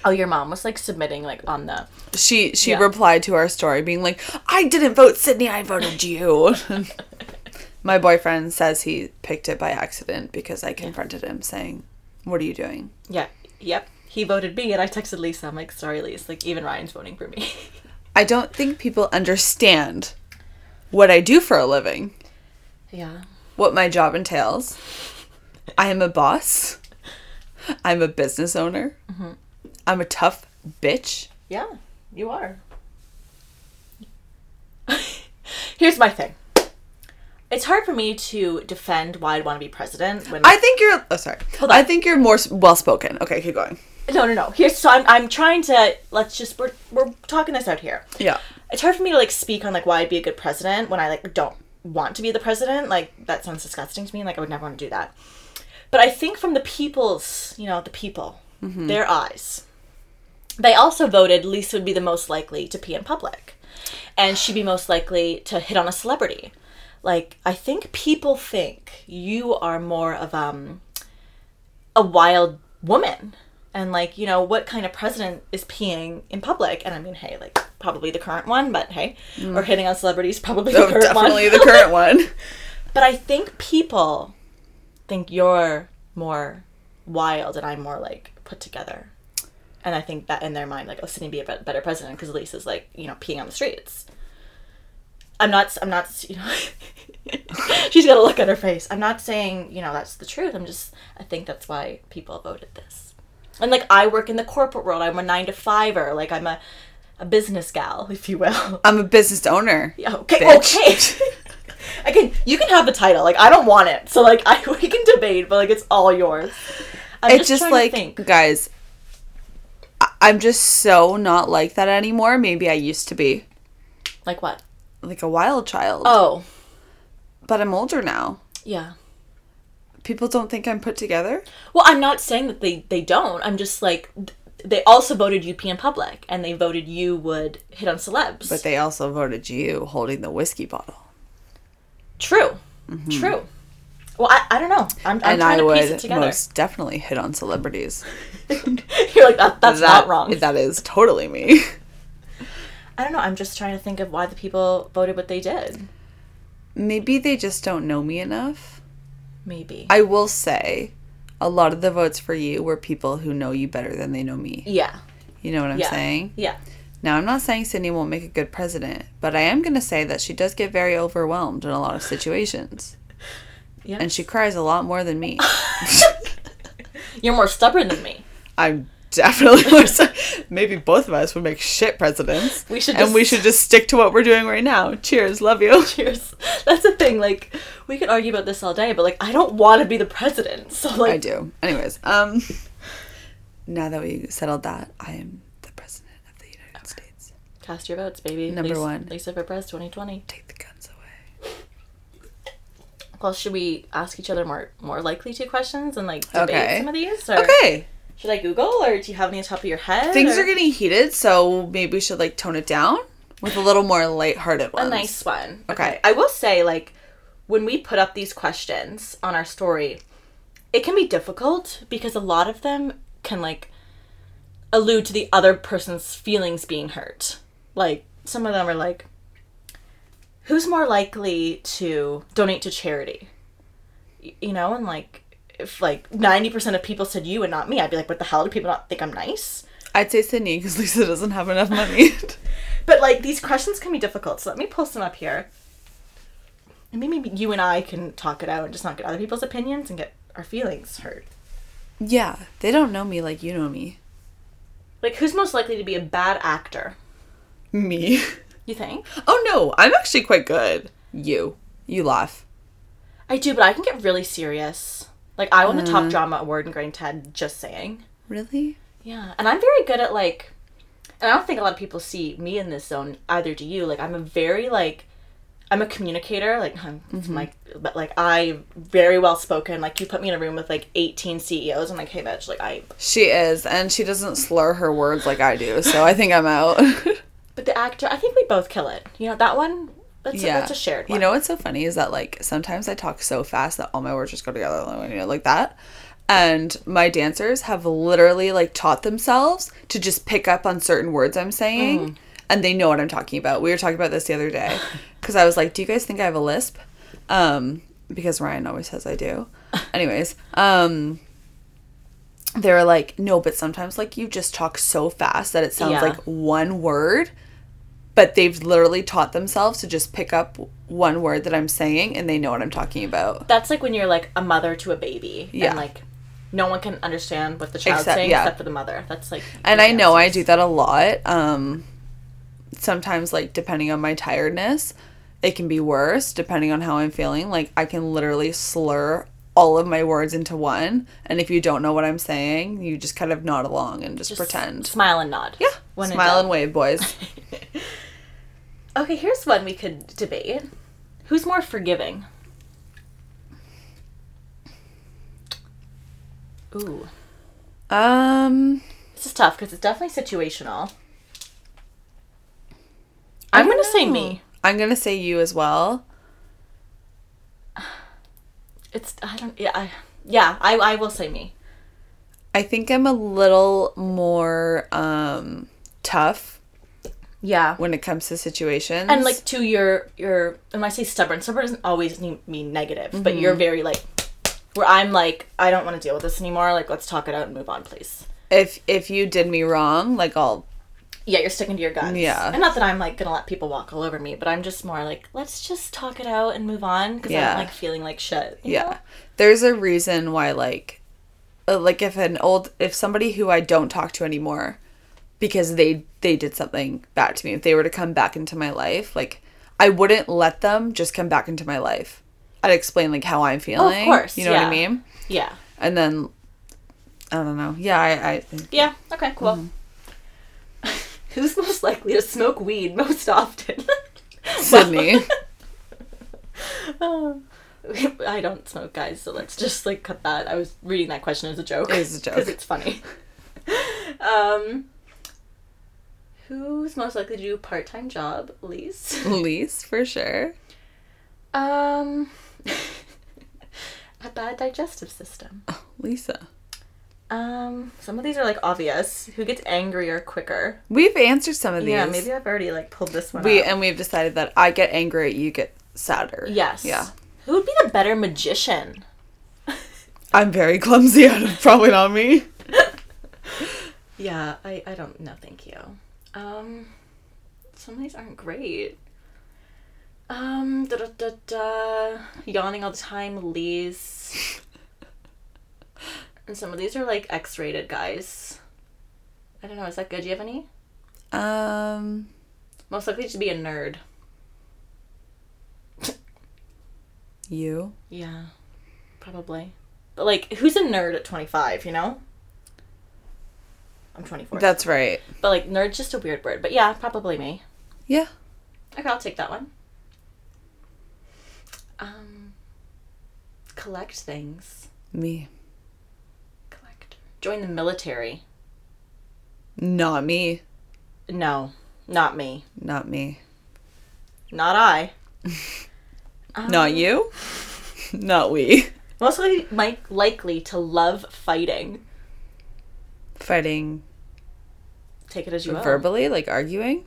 Speaker 1: oh your mom was like submitting like on the
Speaker 2: She she
Speaker 1: Yeah.
Speaker 2: replied to our story being like, "I didn't vote Sydney, I voted you." my boyfriend says he picked it by accident because I confronted him saying, "What are you doing?"
Speaker 1: Yeah. Yep. He voted me, and I texted Lisa. I'm like, sorry, Lisa. Like, even Ryan's voting for me. [LAUGHS]
Speaker 2: I don't think people understand what I do for a living,
Speaker 1: yeah.
Speaker 2: what my job entails. I am a boss. I'm a business owner.
Speaker 1: Mm-hmm.
Speaker 2: I'm a tough bitch.
Speaker 1: Yeah. You are. [LAUGHS] Here's my thing. It's hard for me to defend why I'd want to be president when
Speaker 2: I think you're. Oh, sorry. I think you're more well spoken. Okay, keep going.
Speaker 1: no no no here's so I'm, I'm trying to let's just we're, we're talking this out here
Speaker 2: Yeah.
Speaker 1: it's hard for me to like speak on like why I'd be a good president when I like don't want to be the president. Like that sounds disgusting to me. Like I would never want to do that. But I think from the people's, you know, the people, their eyes, they also voted Lisa would be the most likely to pee in public, and she'd be most likely to hit on a celebrity. Like I think people think you are more of um a wild woman and like you know what kind of president is peeing in public and i mean hey like probably the current one but hey or hitting on celebrities probably [LAUGHS] the
Speaker 2: Oh,
Speaker 1: current
Speaker 2: definitely
Speaker 1: one [LAUGHS]
Speaker 2: the current one.
Speaker 1: but i think people think you're more wild and i'm more like put together and i think that in their mind like oh sydney would be a bet- better president because lisa's like you know peeing on the streets i'm not i'm not [LAUGHS] you know she's got a look on her face i'm not saying you know that's the truth i'm just i think that's why people voted this and like i work in the corporate world i'm a nine to fiver like i'm a a business gal [LAUGHS] if you will
Speaker 2: I'm a business owner.
Speaker 1: yeah, okay,
Speaker 2: Bitch.
Speaker 1: okay. [LAUGHS] Again, you can have the title. Like I don't want it, so like I [LAUGHS] we can debate, but like it's all yours. I'm
Speaker 2: It's just,
Speaker 1: trying to
Speaker 2: like
Speaker 1: think.
Speaker 2: guys. I- I'm just so not like that anymore. Maybe I used to be
Speaker 1: like what?
Speaker 2: like a wild child,
Speaker 1: Oh,
Speaker 2: but I'm older now.
Speaker 1: yeah.
Speaker 2: People don't think I'm put together.
Speaker 1: Well, I'm not saying that they they don't. I'm just like th- they also voted UP in public, and they voted you would hit on celebs.
Speaker 2: But they also voted you holding the whiskey bottle.
Speaker 1: True. True. Well, I, I don't know. I'm, I'm
Speaker 2: Mm-hmm.
Speaker 1: trying
Speaker 2: and I
Speaker 1: to piece it
Speaker 2: would
Speaker 1: together.
Speaker 2: most definitely hit on [LAUGHS] celebrities.
Speaker 1: [LAUGHS] You're like that, that's not
Speaker 2: That-
Speaker 1: wrong.
Speaker 2: That is totally me.
Speaker 1: I don't know. I'm just trying to think of why the people voted what they did.
Speaker 2: Maybe they just don't know me enough.
Speaker 1: Maybe.
Speaker 2: I will say, a lot of the votes for you were people who know you better than they know me.
Speaker 1: yeah.
Speaker 2: You know what I'm
Speaker 1: Yeah.
Speaker 2: saying?
Speaker 1: Yeah.
Speaker 2: Now, I'm not saying Sydney won't make a good president, but I am going to say that she does get very overwhelmed in a lot of [LAUGHS] situations.
Speaker 1: Yeah.
Speaker 2: And she cries a lot more than me. [LAUGHS]
Speaker 1: You're more stubborn than me.
Speaker 2: I'm definitely [LAUGHS] more so- maybe both of us would make shit presidents.
Speaker 1: We should
Speaker 2: and we
Speaker 1: just-
Speaker 2: should just stick to what we're doing right now. Cheers, love [LAUGHS] you.
Speaker 1: Cheers. [LAUGHS] That's the thing. Like, we could argue about this all day, but like, I don't want to be the president. [LAUGHS] So like,
Speaker 2: I do. Anyways, um, [LAUGHS] now that we settled that, I am the president of the United States.
Speaker 1: cast your votes, baby.
Speaker 2: Number
Speaker 1: Lisa,
Speaker 2: one.
Speaker 1: Lisa for press 2020.
Speaker 2: Take the guns away.
Speaker 1: Well, should we ask each other more more likely to questions and like debate
Speaker 2: Okay.
Speaker 1: some of these? Or
Speaker 2: Okay,
Speaker 1: Should I Google or do you have any on top of your head?
Speaker 2: things
Speaker 1: or-
Speaker 2: are getting heated, so maybe we should like tone it down with a little more lighthearted ones.
Speaker 1: a nice one.
Speaker 2: Okay.
Speaker 1: I will say, like, when we put up these questions on our story, it can be difficult because a lot of them can, like, allude to the other person's feelings being hurt. Like, some of them are like, who's more likely to donate to charity? Y- You know, and like, if like 90% of people said you and not me, I'd be like, what the hell? Do people not think I'm nice?
Speaker 2: I'd say Sydney because Lisa doesn't have enough money. [LAUGHS]
Speaker 1: But like these questions can be difficult, so let me pull some up here. And maybe you and I can talk it out and just not get other people's opinions and get our feelings hurt.
Speaker 2: yeah, they don't know me like you know me.
Speaker 1: Like who's most likely to be a bad actor?
Speaker 2: Me.
Speaker 1: You think?
Speaker 2: [LAUGHS] Oh no, I'm actually quite good. You. You laugh.
Speaker 1: I do, but I can get really serious. Like I won the top drama award in Grade 10, just saying.
Speaker 2: Really?
Speaker 1: Yeah. And I'm very good at like and I don't think a lot of people see me in this zone either do you. Like I'm a very like I'm a communicator, like I'm it's
Speaker 2: Mm-hmm.
Speaker 1: my but like I very well spoken. Like you put me in a room with like eighteen CEOs, I'm like, hey bitch, like I
Speaker 2: She is, and she doesn't slur her words like I do, so I think I'm out. [LAUGHS]
Speaker 1: But the actor, I think we both kill it. You know that one. That's a, that's a shared one.
Speaker 2: You know what's so funny is that like sometimes I talk so fast that all my words just go together like, you know, like that. And my dancers have literally like taught themselves to just pick up on certain words I'm saying
Speaker 1: Mm.
Speaker 2: and they know what I'm talking about. We were talking about this the other
Speaker 1: [SIGHS]
Speaker 2: day cuz I was like, "Do you guys think I have a lisp?" Um because Ryan always says I do. Anyways, um they were like, "No, but sometimes like you just talk so fast that it sounds
Speaker 1: Yeah.
Speaker 2: like one word." but they've literally taught themselves to just pick up one word that I'm saying and they know what I'm talking about.
Speaker 1: that's like when you're like a mother to a baby.
Speaker 2: Yeah.
Speaker 1: And like, no one can understand what the child's
Speaker 2: Except-
Speaker 1: saying
Speaker 2: yeah.
Speaker 1: except for the mother. That's like.
Speaker 2: And
Speaker 1: the
Speaker 2: I know I
Speaker 1: answers.
Speaker 2: do that a lot. Um sometimes like depending on my tiredness, it can be worse depending on how I'm feeling. Like I can literally slur all of my words into one, and if you don't know what I'm saying, you just kind of nod along and just,
Speaker 1: Just
Speaker 2: pretend.
Speaker 1: Smile and nod. Yeah.
Speaker 2: Smile and wave,
Speaker 1: [LAUGHS]
Speaker 2: boys.
Speaker 1: Okay, here's one we could debate. Who's more forgiving? Ooh,
Speaker 2: um
Speaker 1: this is tough because it's definitely situational. I'm gonna say me.
Speaker 2: I'm going to say you as well.
Speaker 1: It's I don't yeah I, yeah I I will say me.
Speaker 2: I think I'm a little more um tough
Speaker 1: Yeah.
Speaker 2: when it comes to situations.
Speaker 1: and like to your your when I say stubborn, stubborn doesn't always ne- mean negative, but you're very like where I'm like I don't want to deal with this anymore. Like let's talk it out and move on, please.
Speaker 2: if if you did me wrong, like I'll
Speaker 1: Yeah, you're sticking to your guns.
Speaker 2: Yeah.
Speaker 1: and not that I'm like gonna let people walk all over me, but I'm just more like let's just talk it out and move on because
Speaker 2: Yeah.
Speaker 1: I'm like feeling like shit. you
Speaker 2: yeah.
Speaker 1: know?
Speaker 2: There's a reason why like uh, like if an old if somebody who I don't talk to anymore because they they did something bad to me, if they were to come back into my life, like I wouldn't let them just come back into my life. I'd explain like how I'm feeling.
Speaker 1: course,
Speaker 2: You know what I
Speaker 1: yeah.
Speaker 2: mean?
Speaker 1: yeah,
Speaker 2: And then I don't know. Yeah, I, I think
Speaker 1: yeah. Okay, cool.
Speaker 2: Mm-hmm.
Speaker 1: [LAUGHS] Who's most likely to smoke weed most
Speaker 2: [LAUGHS]
Speaker 1: often? [LAUGHS]
Speaker 2: Sydney.
Speaker 1: I don't smoke, guys, so let's just like cut that. I was reading that question as a joke.
Speaker 2: It is a joke.
Speaker 1: Because it's funny. [LAUGHS] um, who's most likely to do a part time job? Elise.
Speaker 2: Elise for sure.
Speaker 1: Um, [LAUGHS] a bad digestive system?
Speaker 2: Lisa.
Speaker 1: Um, some of these are like obvious. Who gets angrier quicker?
Speaker 2: We've answered some of these.
Speaker 1: Yeah, maybe I've already like pulled this one.
Speaker 2: we
Speaker 1: out.
Speaker 2: and we've decided that I get angry, you get sadder.
Speaker 1: yes.
Speaker 2: Yeah.
Speaker 1: Who would be the better magician?
Speaker 2: I'm very clumsy [LAUGHS] out of probably not me.
Speaker 1: Yeah, I I don't know. Thank you. Um, some of these aren't great. Um, da da da da. Yawning all the time, Lee's. [LAUGHS] and some of these are like X-rated guys. I don't know. Is that good? Do you have any?
Speaker 2: Um
Speaker 1: Most likely to be a nerd.
Speaker 2: you.
Speaker 1: Yeah, probably. But like, who's a nerd at 25, you know? I'm 24.
Speaker 2: That's right.
Speaker 1: but like, nerd's just a weird word. But yeah, probably me.
Speaker 2: Yeah.
Speaker 1: Okay, I'll take that one. Um, collect things.
Speaker 2: Me.
Speaker 1: Collect. Join the military.
Speaker 2: Not me.
Speaker 1: No, not me.
Speaker 2: Not me.
Speaker 1: Not [LAUGHS] I. Um,
Speaker 2: Not you. [LAUGHS] not we.
Speaker 1: Most likely, Mike, likely to love fighting.
Speaker 2: Fighting
Speaker 1: Take it as you will.
Speaker 2: verbally, like arguing.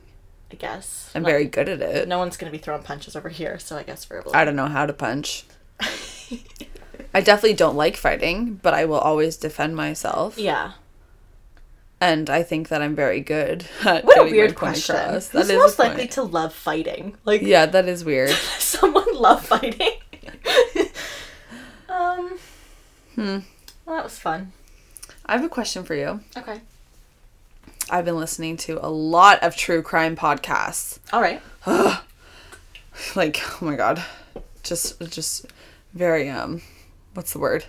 Speaker 1: I guess.
Speaker 2: I'm
Speaker 1: Like,
Speaker 2: very good at it.
Speaker 1: No one's gonna be throwing punches over here, so I guess verbal.
Speaker 2: I don't know how to punch. I definitely don't like fighting, but I will always defend myself.
Speaker 1: yeah.
Speaker 2: And I think that I'm very good [LAUGHS]
Speaker 1: What
Speaker 2: at
Speaker 1: a
Speaker 2: getting my
Speaker 1: weird
Speaker 2: point
Speaker 1: question.
Speaker 2: across. That
Speaker 1: Who's
Speaker 2: is
Speaker 1: most
Speaker 2: a
Speaker 1: likely
Speaker 2: point.
Speaker 1: to love fighting? Like,
Speaker 2: Yeah, that is weird.
Speaker 1: does [LAUGHS] someone love fighting?
Speaker 2: [LAUGHS]
Speaker 1: um. Hmm. Well, that was fun.
Speaker 2: I have a question for you.
Speaker 1: Okay.
Speaker 2: I've been listening to a lot of true crime podcasts. [LAUGHS]
Speaker 1: All right.
Speaker 2: Like, oh my god. Just just very um what's the word?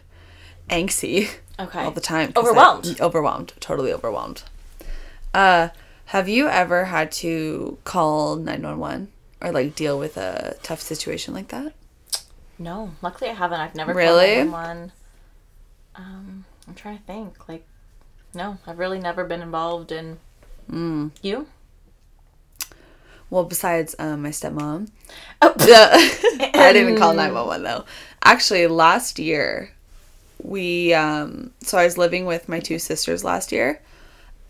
Speaker 2: Angsty
Speaker 1: Okay.
Speaker 2: all the time. 'cause I-
Speaker 1: Overwhelmed.
Speaker 2: overwhelmed. Totally overwhelmed. Uh have you ever had to call 911 or like deal with a tough situation like that?
Speaker 1: No, luckily I haven't. I've never
Speaker 2: Really?
Speaker 1: one. Um, I'm trying to think. Like, no, I've really never been involved in.
Speaker 2: Hmm.
Speaker 1: You?
Speaker 2: Well, besides um, my stepmom. [LAUGHS]
Speaker 1: Oh.
Speaker 2: The- I didn't call 911 though. Actually, last year, we, um, so I was living with my two sisters last year,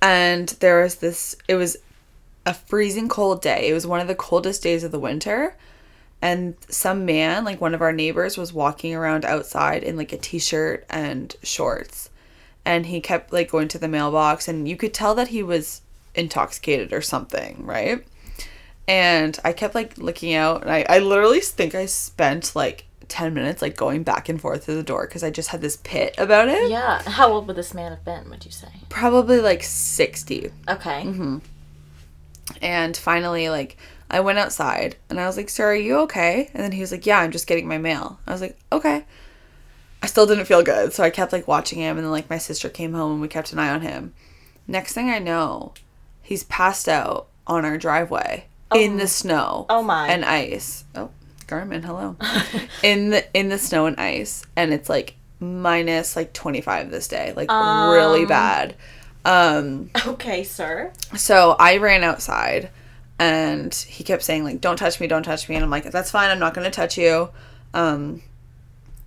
Speaker 2: and there was this, it was a freezing cold day. It was one of the coldest days of the winter. And some man, like one of our neighbors, was walking around outside in like a t shirt and shorts. And he kept like going to the mailbox, and you could tell that he was intoxicated or something, right? and I kept like looking out and I, I literally think I spent like 10 minutes like going back and forth to the door because I just had this pit about it.
Speaker 1: Yeah. How old would this man have been? Would you say?
Speaker 2: Probably like 60.
Speaker 1: Okay.
Speaker 2: Mm-hmm. And finally, like, I went outside and I was like, Sir, are you okay? And then he was like, Yeah, I'm just getting my mail. I was like, Okay. I still didn't feel good. So I kept like watching him. And then, like, my sister came home and we kept an eye on him. Next thing I know, he's passed out on our driveway in the snow.
Speaker 1: Oh, my.
Speaker 2: And ice. Oh, Garmin, hello. in the in the snow and ice. And it's like minus like 25 this day. Like, really bad. Um,
Speaker 1: [LAUGHS] Okay, sir.
Speaker 2: so I ran outside and he kept saying like don't touch me don't touch me and I'm like that's fine I'm not going to touch you um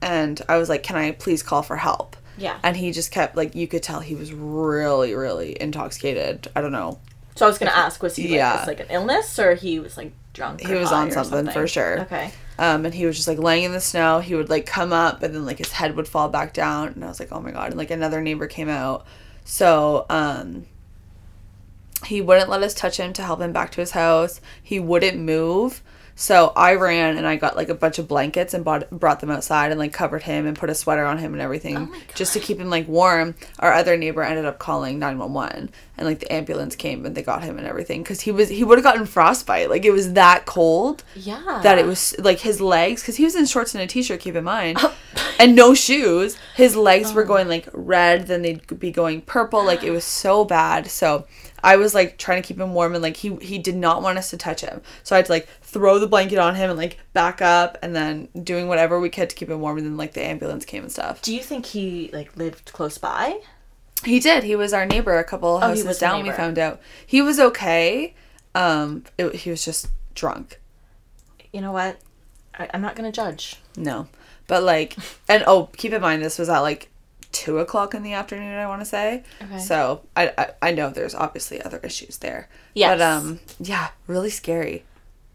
Speaker 2: and I was like can I please call for help
Speaker 1: Yeah.
Speaker 2: and he just kept like you could tell he was really really intoxicated I don't know
Speaker 1: So I was gonna ask, was he like,
Speaker 2: Yeah.
Speaker 1: this, like an illness, or he was like drunk? or
Speaker 2: He was
Speaker 1: high
Speaker 2: on
Speaker 1: or
Speaker 2: something, for sure.
Speaker 1: Okay.
Speaker 2: um and he was just like laying in the snow he would like come up and then like his head would fall back down and I was like oh my god and like another neighbor came out so um he wouldn't let us touch him to help him back to his house. He wouldn't move. So I ran and I got like a bunch of blankets and bought, brought them outside and like covered him and put a sweater on him and everything
Speaker 1: Oh my
Speaker 2: just to keep him like warm. Our other neighbor ended up calling 911 and like the ambulance came and they got him and everything cuz he was he would have gotten frostbite. Like it was that cold
Speaker 1: Yeah.
Speaker 2: that it was like his legs because he was in shorts and a t-shirt keep in mind
Speaker 1: Oh.
Speaker 2: and no shoes his legs were going like red then they'd be going purple like it was so bad so i was like trying to keep him warm and like he he did not want us to touch him so i had to like throw the blanket on him and like back up and then doing whatever we could to keep him warm and then like the ambulance came and stuff
Speaker 1: Do you think he like lived close by?
Speaker 2: he did he was our neighbor a couple houses
Speaker 1: Oh, was a
Speaker 2: down we
Speaker 1: neighbor.
Speaker 2: found out he was okay um it, he was just drunk
Speaker 1: You know what? I, I'm not gonna judge.
Speaker 2: No. But
Speaker 1: [LAUGHS]
Speaker 2: like, and oh, keep in mind this was at like two o'clock in the afternoon. I want to say.
Speaker 1: Okay.
Speaker 2: So I, I I know there's obviously other issues there.
Speaker 1: Yes.
Speaker 2: But um, yeah, really scary.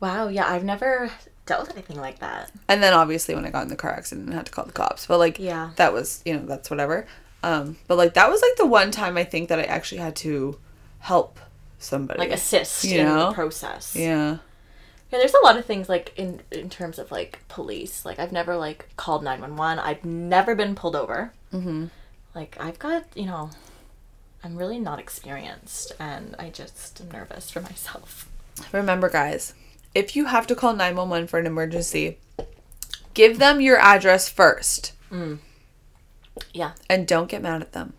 Speaker 1: Wow. Yeah, I've never dealt with anything like that.
Speaker 2: And then obviously when I got in the car accident and had to call the cops. But like,
Speaker 1: Yeah.
Speaker 2: that was you know that's whatever. Um, but like that was like the one time I think that I actually had to help somebody.
Speaker 1: Like assist
Speaker 2: You
Speaker 1: in
Speaker 2: know?
Speaker 1: the process.
Speaker 2: yeah.
Speaker 1: Yeah, there's a lot of things like in in terms of like police. Like I've never like called nine one one. I've never been pulled over. Mm-hmm. Like I've got you know, I'm really not experienced, and I just am nervous for myself. [LAUGHS]
Speaker 2: Remember, guys, if you have to call 911 for an emergency, give them your address first
Speaker 1: Yeah,
Speaker 2: and don't get mad at them.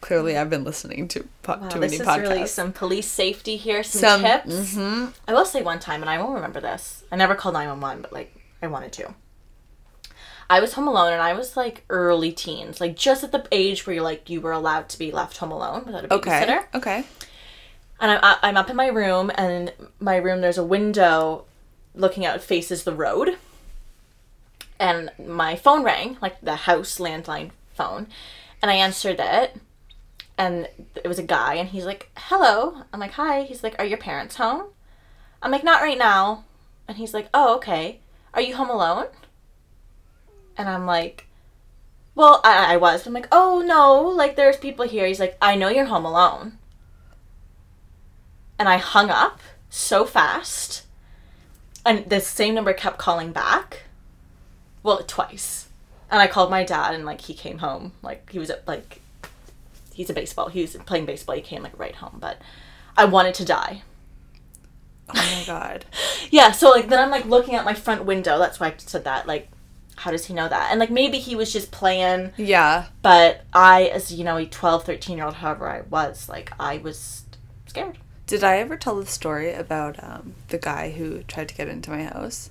Speaker 2: Clearly, I've been listening to po-
Speaker 1: wow,
Speaker 2: too
Speaker 1: this
Speaker 2: many
Speaker 1: is
Speaker 2: podcasts.
Speaker 1: really some police safety here. Some,
Speaker 2: Some- mm-hmm.
Speaker 1: tips. I will say one time, and I won't remember this. I never called nine one one, but like I wanted to. I was home alone, and I was like early teens, like just at the age where you're like you were allowed to be left home alone without a
Speaker 2: okay.
Speaker 1: babysitter.
Speaker 2: Okay.
Speaker 1: and I'm I'm up in my room, and my room there's a window looking out faces the road, and my phone rang like the house landline phone, and I answered it, and it was a guy, and he's like, "Hello," I'm like, "Hi," he's like, "Are your parents home?" I'm like, "Not right now," and he's like, "Oh, okay. Are you home alone?" And I'm like. Well, I, I was. I'm like, oh no, like there's people here. He's like, I know you're home alone and I hung up so fast. And the same number kept calling back. Well, twice. And I called my dad and like he came home. Like he was at like he's a baseball. He was playing baseball. He came like right home, but I wanted to die.
Speaker 2: Oh my God.
Speaker 1: Yeah, so like then I'm like looking at my front window. That's why I said that. Like how does he know that? And like maybe he was just playing
Speaker 2: [LAUGHS] Yeah.
Speaker 1: but I as you know, a 12, 13 year old however I was, like I was scared.
Speaker 2: Did I ever tell the story about um, the guy who tried to get into my house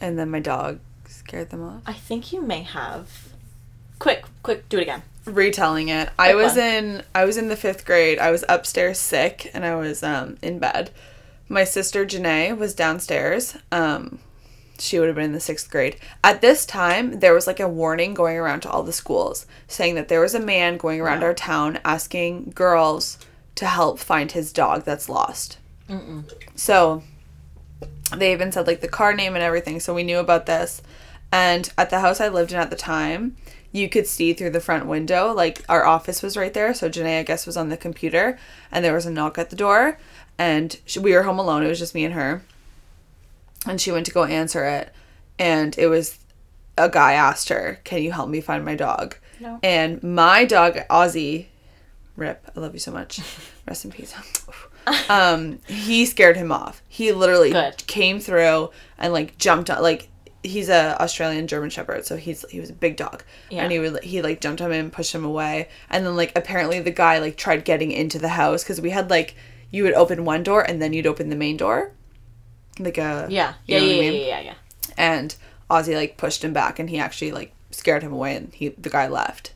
Speaker 2: and then my dog scared them off?
Speaker 1: I think you may have. Quick, quick, do it again.
Speaker 2: retelling it. I was
Speaker 1: one.
Speaker 2: in I was in the 5th grade. I was upstairs sick and I was um in bed. My sister Janae was downstairs. Um she would have been in the 6th grade. At this time, there was like a warning going around to all the schools saying that there was a man going around our town asking girls to help find his dog that's lost. So they even said like the car name and everything, so we knew about this. And at the house I lived in at the time, you could see through the front window, like our office was right there. So Janae, I guess, was on the computer, and there was a knock at the door, and she, we were home alone. It was just me and her, and she went to go answer it, and it was a guy asked her, "Can you help me find my dog?"
Speaker 1: No.
Speaker 2: And my dog Ozzy, Rip, I love you so
Speaker 1: [LAUGHS]
Speaker 2: much. Rest in peace. [LAUGHS] um, he scared him off. He literally
Speaker 1: Good.
Speaker 2: came through and like jumped on like he's a Australian German Shepherd, so he's he was a big dog.
Speaker 1: Yeah.
Speaker 2: And he would he like jumped on him and pushed him away. And then like apparently the guy like tried getting into the house because we had like you would open one door and then you'd open the main door. Like a
Speaker 1: Yeah.
Speaker 2: you
Speaker 1: Yeah,
Speaker 2: know what I
Speaker 1: yeah,
Speaker 2: mean?
Speaker 1: yeah, yeah, yeah.
Speaker 2: And Ozzy like pushed him back and he actually like scared him away and he the guy left.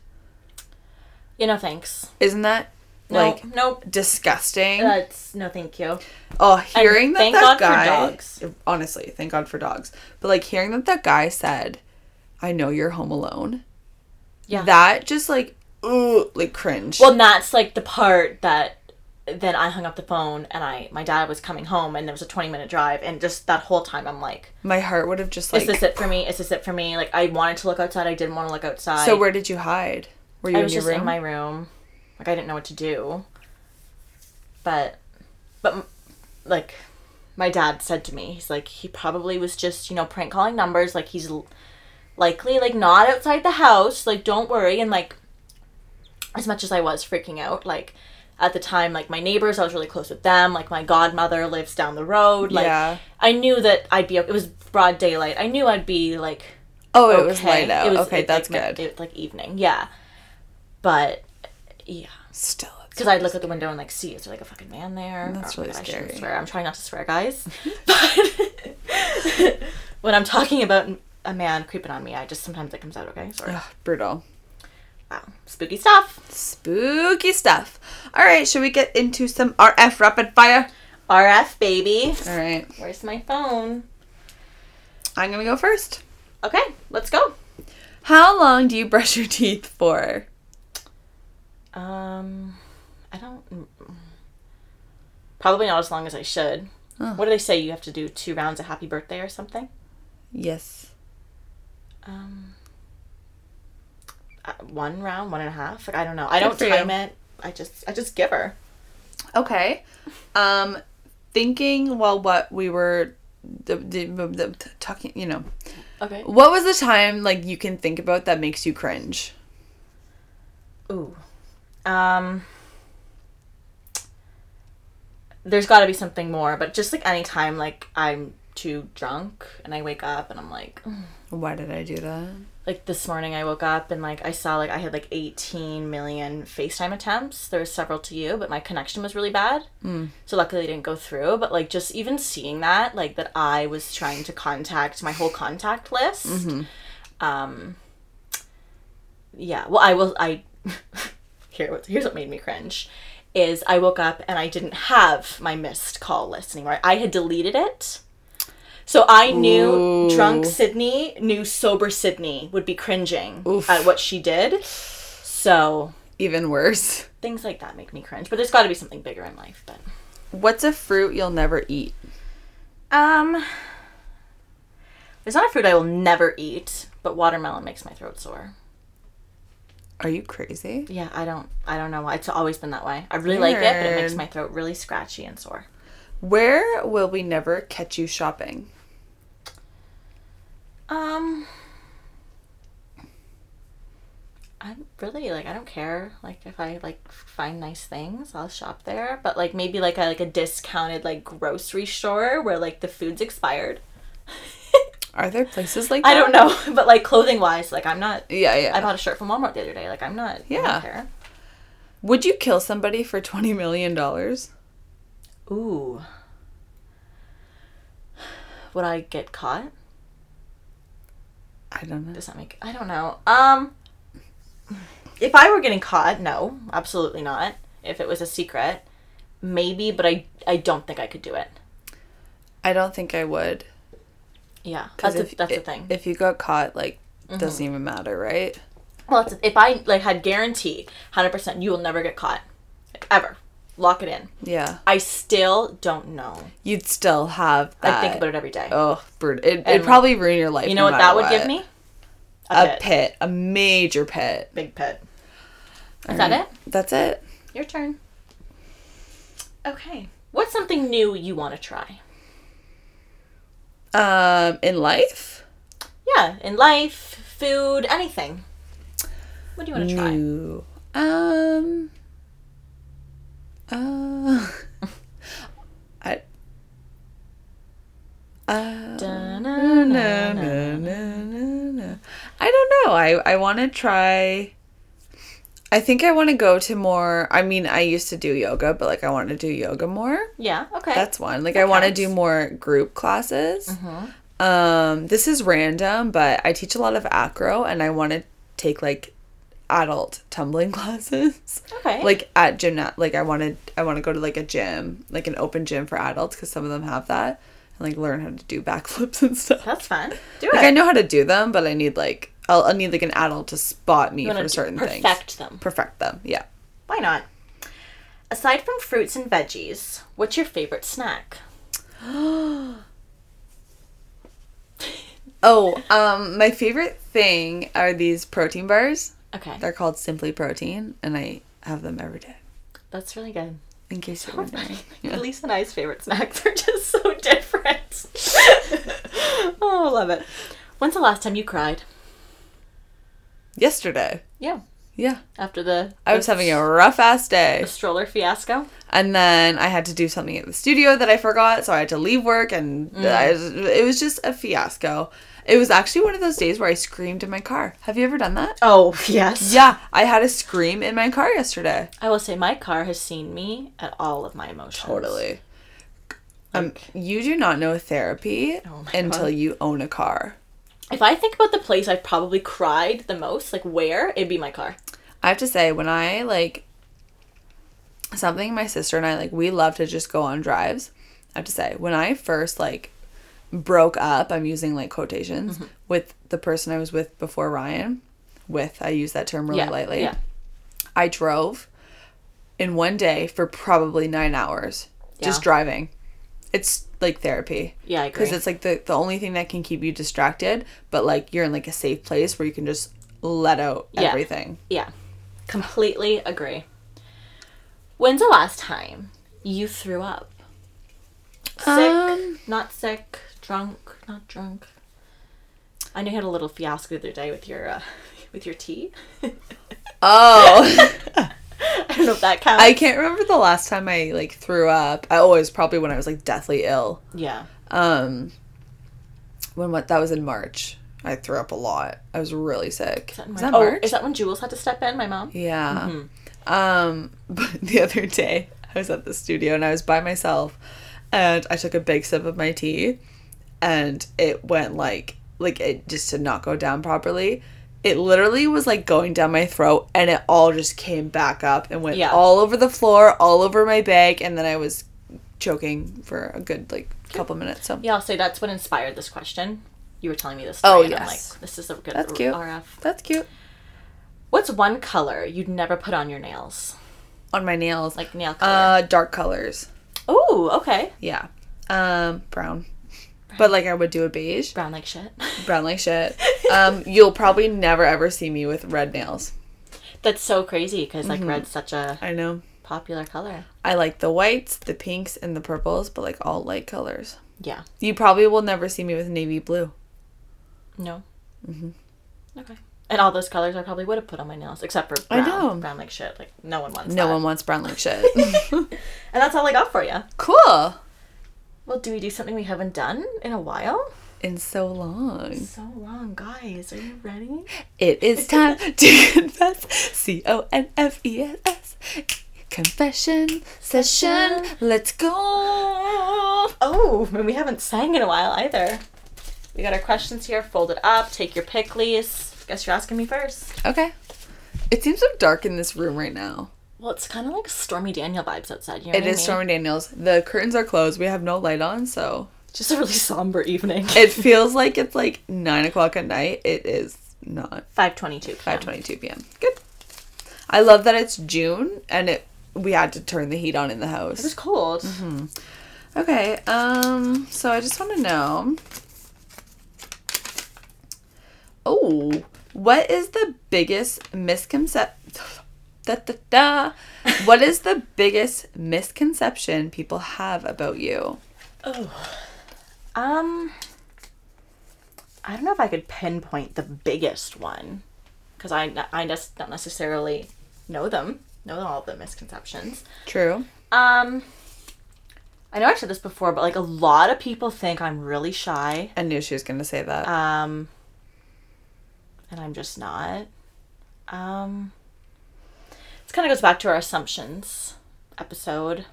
Speaker 1: You know, thanks.
Speaker 2: Isn't that like
Speaker 1: no, nope.
Speaker 2: disgusting?
Speaker 1: hmm? That's no, thank you.
Speaker 2: Oh, hearing that
Speaker 1: thank
Speaker 2: that
Speaker 1: God for
Speaker 2: guy.
Speaker 1: dogs.
Speaker 2: Honestly, thank God for dogs. But like hearing that that guy said, "I know you're home alone."
Speaker 1: Yeah.
Speaker 2: That just like ooh, like cringe.
Speaker 1: Well, and that's like the part that then I hung up the phone and I my dad was coming home and there was a 20 minute drive and just that whole time I'm like,
Speaker 2: My heart would have just like.
Speaker 1: is this it for me? Is this it for me? Like I wanted to look outside, I didn't want to look outside.
Speaker 2: so where did you hide? Were you
Speaker 1: I
Speaker 2: in
Speaker 1: was
Speaker 2: your
Speaker 1: just
Speaker 2: room?
Speaker 1: in my room. Like I didn't know what to do. But but m- like my dad said to me, he's like he probably was just, you know, prank calling numbers like he's l- likely like not outside the house, like don't worry and like as much as I was freaking out, like at the time like my neighbors, I was really close with them, like my godmother lives down the road, like
Speaker 2: Yeah.
Speaker 1: I knew that I'd be it was broad daylight. I knew I'd be like
Speaker 2: oh, it was
Speaker 1: okay.
Speaker 2: light out.
Speaker 1: It was-
Speaker 2: okay,
Speaker 1: it-
Speaker 2: that's
Speaker 1: like, my-
Speaker 2: good.
Speaker 1: it- like evening, yeah. But yeah,
Speaker 2: Still, it's
Speaker 1: because I'd look out the window and like see is there like a fucking man there? Oh
Speaker 2: That's really
Speaker 1: I shouldn't
Speaker 2: scary.
Speaker 1: Swear. I'm trying not to swear,
Speaker 2: [LAUGHS]
Speaker 1: guys. but [LAUGHS] when I'm talking about a man creeping on me, I just sometimes it comes out. Okay, sorry.
Speaker 2: ugh, brutal.
Speaker 1: Wow, spooky stuff.
Speaker 2: Spooky stuff. All right, should we get into some RF rapid fire?
Speaker 1: RF baby.
Speaker 2: All right.
Speaker 1: Where's my phone?
Speaker 2: I'm gonna go first.
Speaker 1: Okay, let's go.
Speaker 2: How long do you brush your teeth for?
Speaker 1: Um, I don't. mm, Probably not as long as I should. What did I say? You have to do two rounds of Happy Birthday or something.
Speaker 2: Yes.
Speaker 1: Um, uh, one round, one and a half. Like I don't know. I don't
Speaker 2: for
Speaker 1: time
Speaker 2: you.
Speaker 1: it. I just, I just give her.
Speaker 2: Okay. Um, thinking well, what we were the, the, the, the- talking, you know,
Speaker 1: Okay.
Speaker 2: what was the time like you can think about that makes you cringe?
Speaker 1: Ooh. Um. There's got to be something more, but just like any time, like I'm too drunk and I wake up and I'm like,
Speaker 2: Why did I do that?
Speaker 1: like this morning I woke up and like I saw like I had like 18 million FaceTime attempts. There was several to you, but my connection was really bad. Mm. So luckily I didn't go through, but like just even seeing that, like that I was trying to contact my whole contact list. Um yeah, well I will I [LAUGHS] here what here's what made me cringe is I woke up and I didn't have my missed call list anymore. I had deleted it. So I knew
Speaker 2: Ooh.
Speaker 1: drunk Sydney knew sober Sydney would be cringing
Speaker 2: Oof.
Speaker 1: at what she did. So
Speaker 2: Even worse.
Speaker 1: things like that make me cringe. But there's got to be something bigger in life. But
Speaker 2: What's a fruit you'll never eat?
Speaker 1: um, there's not a fruit I will never eat, but watermelon makes my throat sore.
Speaker 2: Are you crazy?
Speaker 1: Yeah, I don't. I don't know why. It's always been that way. I really like it, but it makes
Speaker 2: Weird.
Speaker 1: my throat really scratchy and sore.
Speaker 2: Where will we never catch you shopping?
Speaker 1: Um, I'm really like I don't care. Like if I like find nice things, I'll shop there. But like maybe like a like a discounted like grocery store where like the food's expired.
Speaker 2: Are there places like
Speaker 1: I don't
Speaker 2: that?
Speaker 1: know, [LAUGHS] but like clothing wise, like I'm not.
Speaker 2: Yeah,
Speaker 1: I
Speaker 2: yeah.
Speaker 1: bought a shirt from Walmart the other day. Like I'm not. I
Speaker 2: Yeah.
Speaker 1: don't care.
Speaker 2: Would you kill somebody for twenty million dollars?
Speaker 1: Ooh. Would I get caught?
Speaker 2: I don't know.
Speaker 1: Does that make I don't know. Um if I were getting caught, no, absolutely not. If it was a secret, maybe, but I I don't think I could do it.
Speaker 2: I don't think I would.
Speaker 1: Yeah.
Speaker 2: 'cause
Speaker 1: That's a,
Speaker 2: if-
Speaker 1: that's the
Speaker 2: i-
Speaker 1: thing. Mm-hmm.
Speaker 2: If you got caught, like, doesn't even matter, right?
Speaker 1: well, that's, if I like had guarantee 100% you will never get caught ever. Lock it in.
Speaker 2: Yeah,
Speaker 1: I still don't know.
Speaker 2: you'd still have that.
Speaker 1: I think about it every day.
Speaker 2: Oh, brutal! It,
Speaker 1: like,
Speaker 2: it'd probably ruin your life.
Speaker 1: you know what
Speaker 2: no matter
Speaker 1: that would give me?
Speaker 2: A pit. a major pit.
Speaker 1: Big pet. Is that it?
Speaker 2: That's it.
Speaker 1: Your turn. Okay. What's something new you want to try?
Speaker 2: Um, in life,
Speaker 1: Yeah, in life, food, anything. What do you want to try?
Speaker 2: New. Um, uh, [LAUGHS] I. Uh, na,
Speaker 1: Da-na-na-na.
Speaker 2: na, na, na, na. I don't know. I, I want to try. I think I want to go to more. I mean, I used to do yoga, but like I want to do yoga more.
Speaker 1: Yeah, okay.
Speaker 2: That's one. Like I want to
Speaker 1: counts.
Speaker 2: do more group classes. Um, this is random, but I teach a lot of acro, and I want to take like adult tumbling [LAUGHS] classes.
Speaker 1: okay.
Speaker 2: Like at gymnast, like I wanted, I want to go to like a gym, like an open gym for adults, because some of them have that, and like learn how to do backflips [LAUGHS] and stuff.
Speaker 1: that's fun. Do
Speaker 2: Like
Speaker 1: it.
Speaker 2: I know how to do them, but I need like I'll, I'll need like an adult to spot me
Speaker 1: you want
Speaker 2: for
Speaker 1: to
Speaker 2: certain
Speaker 1: perfect
Speaker 2: things.
Speaker 1: them.
Speaker 2: Perfect them. Yeah.
Speaker 1: Why not? Aside from fruits and veggies, what's your favorite snack?
Speaker 2: Oh, um, my favorite thing are these protein bars.
Speaker 1: Okay,
Speaker 2: They're called Simply Protein, and I have them every day.
Speaker 1: that's really good.
Speaker 2: In case you're wondering.
Speaker 1: [LAUGHS]
Speaker 2: Yeah.
Speaker 1: Lisa and I's favorite snacks are just so different. [LAUGHS] oh, I love it. When's the last time you cried?
Speaker 2: Yesterday.
Speaker 1: Yeah,
Speaker 2: Yeah.
Speaker 1: after the
Speaker 2: I was having a rough ass day.
Speaker 1: the stroller fiasco.
Speaker 2: And then I had to do something at the studio that I forgot, so I had to leave work, and
Speaker 1: Mm.
Speaker 2: I, it was just a fiasco. It was actually one of those days where I screamed in my car. Have you ever done that? [LAUGHS]
Speaker 1: Oh yes.
Speaker 2: Yeah, I had a scream in my car yesterday.
Speaker 1: I will say my car has seen me at all of my emotions.
Speaker 2: Totally. Um, you do not know therapy
Speaker 1: Oh my
Speaker 2: until
Speaker 1: God.
Speaker 2: you own a car.
Speaker 1: If I think about the place I've probably cried the most, like where, it'd be my car.
Speaker 2: I have to say, when I like something my sister and I like, we love to just go on drives. I have to say, when I first like broke up, I'm using like quotations,
Speaker 1: Mm-hmm.
Speaker 2: with the person I was with before Ryan. With, I use that term really
Speaker 1: Yeah,
Speaker 2: Oh, lightly.
Speaker 1: yeah.
Speaker 2: I drove in one day for probably nine hours just
Speaker 1: Yeah.
Speaker 2: driving. It's like therapy.
Speaker 1: Yeah, I
Speaker 2: Because
Speaker 1: agree.
Speaker 2: it's like the, the only thing that can keep you distracted, but like you're in like a safe place where you can just let out
Speaker 1: Yeah.
Speaker 2: everything.
Speaker 1: Yeah, completely agree. When's the last time you threw up? Sick,
Speaker 2: Um,
Speaker 1: not sick, drunk, not drunk. I know you had a little fiasco the other day with your uh, [LAUGHS] with your tea. [LAUGHS]
Speaker 2: Oh, [LAUGHS]
Speaker 1: I don't know if that counts.
Speaker 2: I can't remember the last time I like threw up. I always probably when I was like deathly ill.
Speaker 1: yeah,
Speaker 2: Um, when what that was in March, I threw up a lot. I was really sick.
Speaker 1: is that,
Speaker 2: Was
Speaker 1: March?
Speaker 2: that
Speaker 1: oh,
Speaker 2: March?
Speaker 1: is that when Jules had to step in? My mom.
Speaker 2: Yeah.
Speaker 1: Mm-hmm.
Speaker 2: Um, [LAUGHS] but the other day I was at the studio and I was by myself and I took a big sip of my tea and it went like like it just did not go down properly. It literally was like going down my throat and it all just came back up and went
Speaker 1: Yeah.
Speaker 2: all over the floor, all over my bag and then I was choking for a good like couple minutes. So
Speaker 1: Yeah, I'll say that's what inspired this question. You were telling me this. Story,
Speaker 2: Oh,
Speaker 1: and I'm
Speaker 2: yes.
Speaker 1: like, this is a good.
Speaker 2: That's cute.
Speaker 1: RF.
Speaker 2: that's cute.
Speaker 1: What's one color you'd never put on your nails?
Speaker 2: On my nails.
Speaker 1: Like nail color.
Speaker 2: uh dark colors.
Speaker 1: oh, okay.
Speaker 2: Yeah. Um brown. But like I would do a beige.
Speaker 1: Brown like shit.
Speaker 2: brown like shit. Um, [LAUGHS] you'll probably never ever see me with red nails.
Speaker 1: [LAUGHS] That's so crazy because
Speaker 2: Mm-hmm.
Speaker 1: like red's such a
Speaker 2: I know.
Speaker 1: popular color.
Speaker 2: I like the whites, the pinks, and the purples, but like all light colors.
Speaker 1: Yeah.
Speaker 2: You probably will never see me with navy blue.
Speaker 1: No. Mm-hmm. Okay. And all those colors I probably would have put on my nails except for
Speaker 2: I
Speaker 1: brown.
Speaker 2: know.
Speaker 1: Brown like shit. Like no one wants.
Speaker 2: No
Speaker 1: that.
Speaker 2: one wants brown like shit. [LAUGHS]
Speaker 1: And that's all I got for you.
Speaker 2: cool.
Speaker 1: Well, do we do something we haven't done in a while?
Speaker 2: In so long.
Speaker 1: So long, guys. Are you ready?
Speaker 2: It is time [LAUGHS] to confess. C O N F E S S. Confession session. Let's go.
Speaker 1: Oh, and we haven't sang in a while either. We got our questions here folded up. Take your pick, Lise. Guess you're asking me first.
Speaker 2: Okay. It seems so dark in this room right now.
Speaker 1: Well, it's kind of like Stormy Daniel vibes outside. You know
Speaker 2: It
Speaker 1: what I
Speaker 2: is
Speaker 1: mean?
Speaker 2: Stormy Daniels. The curtains are closed. We have no light on, so
Speaker 1: Just a really somber evening.
Speaker 2: [LAUGHS] it feels like it's like nine o'clock at night. It is not
Speaker 1: Five twenty-two.
Speaker 2: five twenty two p.m. Good. I love that it's June and it we had to turn the heat on in the
Speaker 1: It was
Speaker 2: house.
Speaker 1: cold.
Speaker 2: Mm-hmm. Okay. Um. So I just want to know. Oh, what is the biggest misconception? [SIGHS] Da, da, da. What is the biggest misconception people have about you?
Speaker 1: Um, I don't know if I could pinpoint the biggest one because I I just don't necessarily know them, know all the misconceptions.
Speaker 2: True.
Speaker 1: Um, I know I've said this before, but like a lot of people think I'm really shy.
Speaker 2: I knew she was gonna say that.
Speaker 1: Um, and I'm just not. Um, this kind of goes back to our assumptions episode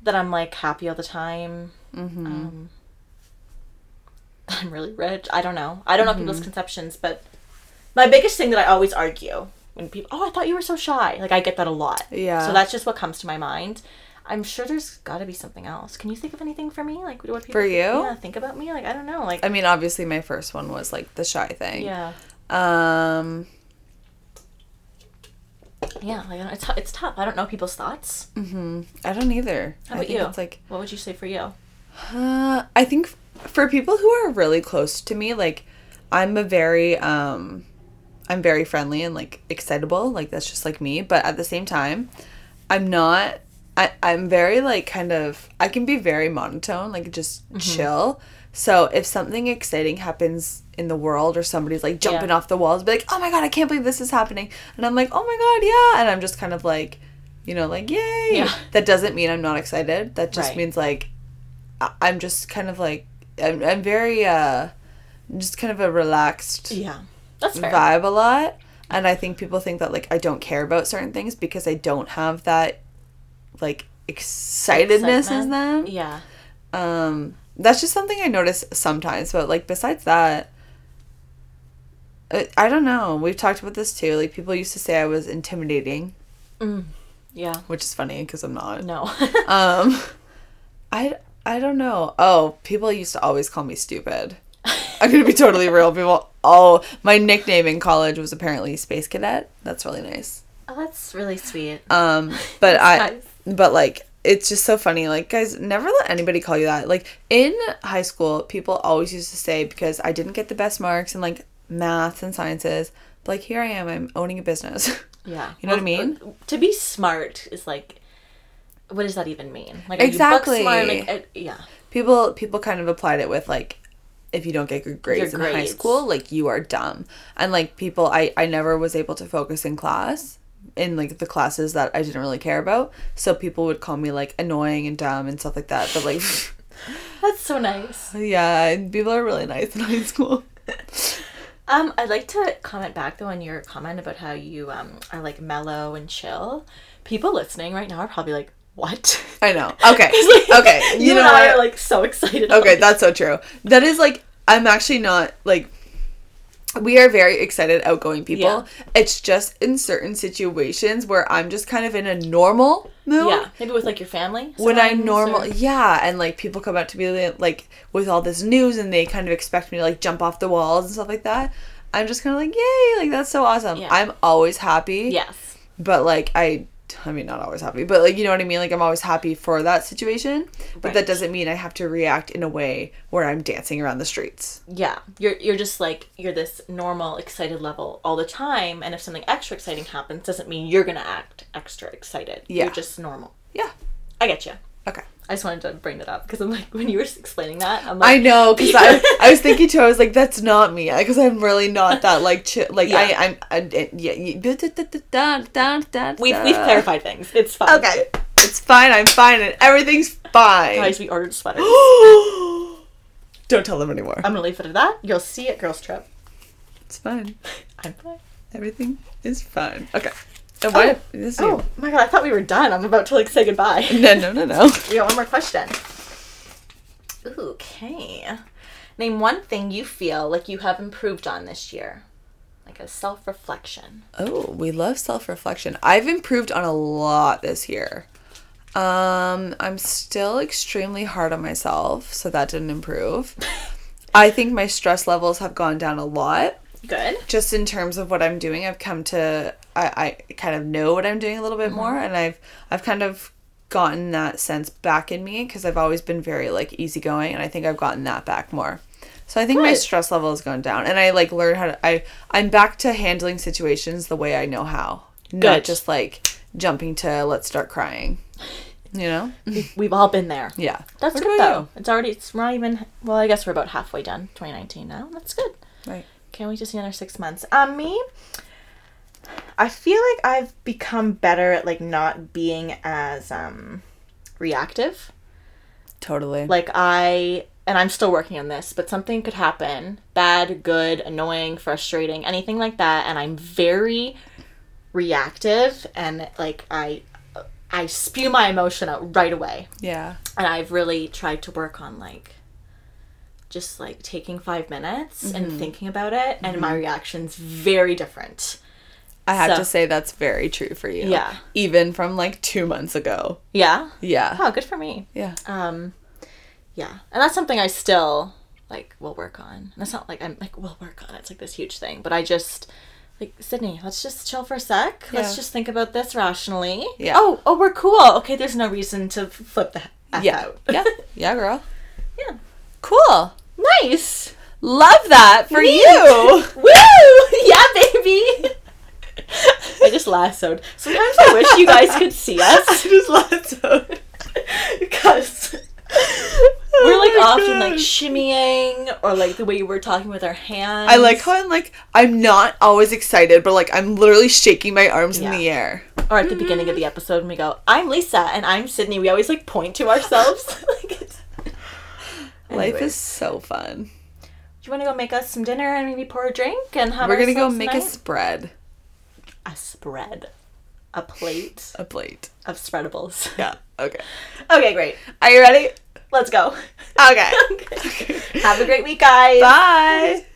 Speaker 1: that I'm like happy all the time.
Speaker 2: Mm-hmm. Mm.
Speaker 1: Um, [LAUGHS] I'm really rich. I don't know. I don't know
Speaker 2: Mm-hmm.
Speaker 1: people's conceptions, but my biggest thing that I always argue when people, oh, I thought you were so shy. Like, I get that a lot.
Speaker 2: Yeah.
Speaker 1: So that's just what comes to my mind. I'm sure there's got to be something else. Can you think of anything for me? Like, what people
Speaker 2: For
Speaker 1: think-
Speaker 2: you?
Speaker 1: Yeah, think about me. Like, I don't know. Like,
Speaker 2: I mean, obviously, my first one was like the shy thing.
Speaker 1: yeah,
Speaker 2: Um.
Speaker 1: yeah. Like, I don't- it's it's tough. I don't know people's thoughts.
Speaker 2: I don't either.
Speaker 1: How
Speaker 2: I
Speaker 1: about
Speaker 2: think
Speaker 1: you?
Speaker 2: It's like,
Speaker 1: what would you say for you?
Speaker 2: uh, I think f- for people who are really close to me, like, I'm a very, um, I'm very friendly and like excitable. Like that's just like me. But at the same time, I'm not. I, I'm very like kind of I can be very monotone, like just
Speaker 1: Mm-hmm.
Speaker 2: chill. So if something exciting happens in the world or somebody's like jumping off the walls, be like, oh my god, I can't believe this is happening, and I'm like, oh my god, yeah, and I'm just kind of like, you know, like yay.
Speaker 1: Yeah.
Speaker 2: That doesn't mean I'm not excited. That just
Speaker 1: Right.
Speaker 2: means like I, I'm just kind of like I'm, I'm very uh just kind of a relaxed
Speaker 1: Yeah, that's fair.
Speaker 2: vibe a lot and i think people think that like i don't care about certain things because i don't have that like excitedness in
Speaker 1: Excitement.
Speaker 2: them
Speaker 1: Yeah,
Speaker 2: um that's just something i notice sometimes but like besides that I, I don't know we've talked about this too like people used to say i was intimidating
Speaker 1: yeah. [LAUGHS]
Speaker 2: Uh, which is funny because i'm not
Speaker 1: No.
Speaker 2: um [LAUGHS] i I don't know. Oh, people used to always call me stupid. I'm gonna be totally real. People, oh, my nickname in college was apparently Space Cadet. That's really nice.
Speaker 1: Oh, that's really sweet.
Speaker 2: Um, but
Speaker 1: That's
Speaker 2: I,
Speaker 1: nice.
Speaker 2: but like, it's just so funny. Like, guys, never let anybody call you that. Like in high school, people always used to say because I didn't get the best marks in like math and sciences. But like here I am, I'm owning a business. [LAUGHS]
Speaker 1: yeah.
Speaker 2: You know what I mean?
Speaker 1: uh, To be smart is like, what does that even mean? Like,
Speaker 2: Exactly.
Speaker 1: Are you book smart? Like, uh, yeah.
Speaker 2: people people kind of applied it with like if you don't get good grades in high
Speaker 1: grades.
Speaker 2: school like you are dumb and like people i i never was able to focus in class in like the classes that i didn't really care about so people would call me like annoying and dumb and stuff like that but like [LAUGHS]
Speaker 1: That's so nice.
Speaker 2: yeah and people are really nice in high school [LAUGHS]
Speaker 1: Um, I'd like to comment back though on your comment about how you um are like mellow and chill. People listening right now are probably like, "What?"
Speaker 2: i know
Speaker 1: [LAUGHS]
Speaker 2: okay
Speaker 1: 'Cause, like,
Speaker 2: [LAUGHS] okay
Speaker 1: You, and I are like so excited.
Speaker 2: Okay, that's so true. That is like I'm actually not like we are very excited outgoing people.
Speaker 1: Yeah.
Speaker 2: It's just in certain situations where I'm just kind of in a normal mood.
Speaker 1: yeah, maybe with like your family.
Speaker 2: When I
Speaker 1: sometimes,
Speaker 2: normal,
Speaker 1: or-
Speaker 2: yeah, and like people come up to me li- like with all this news, and they kind of expect me to like jump off the walls and stuff like that. I'm just kind of like, yay, like that's so awesome.
Speaker 1: Yeah.
Speaker 2: I'm always happy
Speaker 1: yes,
Speaker 2: but like I I mean not always happy, but like you know what I mean? Like I'm always happy for that situation. But that
Speaker 1: Right.
Speaker 2: doesn't mean I have to react in a way where I'm dancing around the streets.
Speaker 1: yeah, you're you're just like you're this normal excited level all the time, and if something extra exciting happens, doesn't mean you're gonna act extra excited.
Speaker 2: Yeah.
Speaker 1: you're just normal.
Speaker 2: Yeah.
Speaker 1: I get you.
Speaker 2: Okay.
Speaker 1: I just wanted to bring that up because I'm like [LAUGHS] when you were explaining that, I'm
Speaker 2: I
Speaker 1: like,
Speaker 2: know because
Speaker 1: [LAUGHS]
Speaker 2: I, I was thinking too. I was like, "That's not me," because I'm really not that like chill. Like
Speaker 1: Yeah.
Speaker 2: I, I'm. I, I- yeah, you- da- da- da- da- da- da-
Speaker 1: we've
Speaker 2: da.
Speaker 1: we've clarified things. It's fine.
Speaker 2: Okay, it's fine. I'm fine, and everything's fine.
Speaker 1: guys, we ordered sweaters.
Speaker 2: [GASPS] Don't tell them anymore.
Speaker 1: I'm gonna leave it at that. You'll see it, girls trip.
Speaker 2: It's fine.
Speaker 1: I'm fine.
Speaker 2: Everything is fine. Okay. And what? this is you.
Speaker 1: Oh my god, I thought we were done. I'm about to like say goodbye.
Speaker 2: No, no, no, no.
Speaker 1: We got one more question. Okay. Name one thing you feel like you have improved on this year. Like a self reflection.
Speaker 2: Oh, we love self reflection. I've improved on a lot this year. Um, I'm still extremely hard on myself, so that didn't improve. I think my stress levels have gone down a lot
Speaker 1: Good.
Speaker 2: just in terms of what I'm doing, I've come to I, I kind of know what I'm doing a little bit
Speaker 1: Mm-hmm.
Speaker 2: more, and I've I've kind of gotten that sense back in me because I've always been very like easygoing, and I think I've gotten that back more. So I think my
Speaker 1: Good.
Speaker 2: stress level has gone down, and I like learned how to I I'm back to handling situations the way I know how, not
Speaker 1: Good.
Speaker 2: just like jumping to let's start crying, you know?
Speaker 1: We've all been there.
Speaker 2: Yeah,
Speaker 1: That's
Speaker 2: What
Speaker 1: good
Speaker 2: about
Speaker 1: though. It's already, it's not even, well, I guess we're about halfway done, 2019 now. That's good.
Speaker 2: you? Right.
Speaker 1: Can't wait to see another six months. Um, me, I feel like I've become better at like not being as um reactive.
Speaker 2: Totally.
Speaker 1: like i and i'm still working on this but something could happen bad good annoying frustrating anything like that and i'm very reactive and like i i spew my emotion out right away
Speaker 2: yeah.
Speaker 1: and i've really tried to work on like just like taking five minutes and thinking about it and my reaction's very different
Speaker 2: I have
Speaker 1: So-
Speaker 2: to say that's very true for you.
Speaker 1: Yeah.
Speaker 2: Even from like two months ago.
Speaker 1: yeah
Speaker 2: Yeah.
Speaker 1: oh good for me
Speaker 2: Yeah.
Speaker 1: um yeah and that's something i still like will work on and it's not like i'm like will work on it. it's like this huge thing but i just like sydney let's just chill for a sec
Speaker 2: Yeah.
Speaker 1: let's just think about this rationally
Speaker 2: Yeah.
Speaker 1: oh oh we're cool okay there's no reason to f- flip the F
Speaker 2: Yeah.
Speaker 1: out
Speaker 2: [LAUGHS] yeah. Yeah, girl.
Speaker 1: yeah
Speaker 2: Cool.
Speaker 1: nice
Speaker 2: Love that for
Speaker 1: Neat.
Speaker 2: you.
Speaker 1: [LAUGHS]
Speaker 2: [LAUGHS]
Speaker 1: woo [LAUGHS] yeah baby [LAUGHS] i just lassoed sometimes i wish you guys could see us [LAUGHS]
Speaker 2: just lassoed.
Speaker 1: because
Speaker 2: [LAUGHS] Oh
Speaker 1: we're like often like shimmying or like the way we're talking with our hands.
Speaker 2: I like how I'm like I'm not always excited, but like I'm literally shaking my arms in
Speaker 1: Yeah.
Speaker 2: the air.
Speaker 1: or at the beginning
Speaker 2: Mm-hmm.
Speaker 1: of the episode when we go, I'm Lisa and I'm Sydney. We always like point to
Speaker 2: [LAUGHS]
Speaker 1: ourselves. like it's...
Speaker 2: Life
Speaker 1: Anyways.
Speaker 2: is so fun.
Speaker 1: Do you want to go make us some dinner and maybe pour a drink and have
Speaker 2: We're gonna go
Speaker 1: ourselves
Speaker 2: make
Speaker 1: a,
Speaker 2: a
Speaker 1: night?
Speaker 2: spread,
Speaker 1: a spread, a plate
Speaker 2: a plate.
Speaker 1: of spreadables.
Speaker 2: Yeah. Okay.
Speaker 1: [LAUGHS] okay, great.
Speaker 2: Are you ready?
Speaker 1: Let's go. [LAUGHS]
Speaker 2: Okay.
Speaker 1: Okay. Have a great week, guys.
Speaker 2: Bye.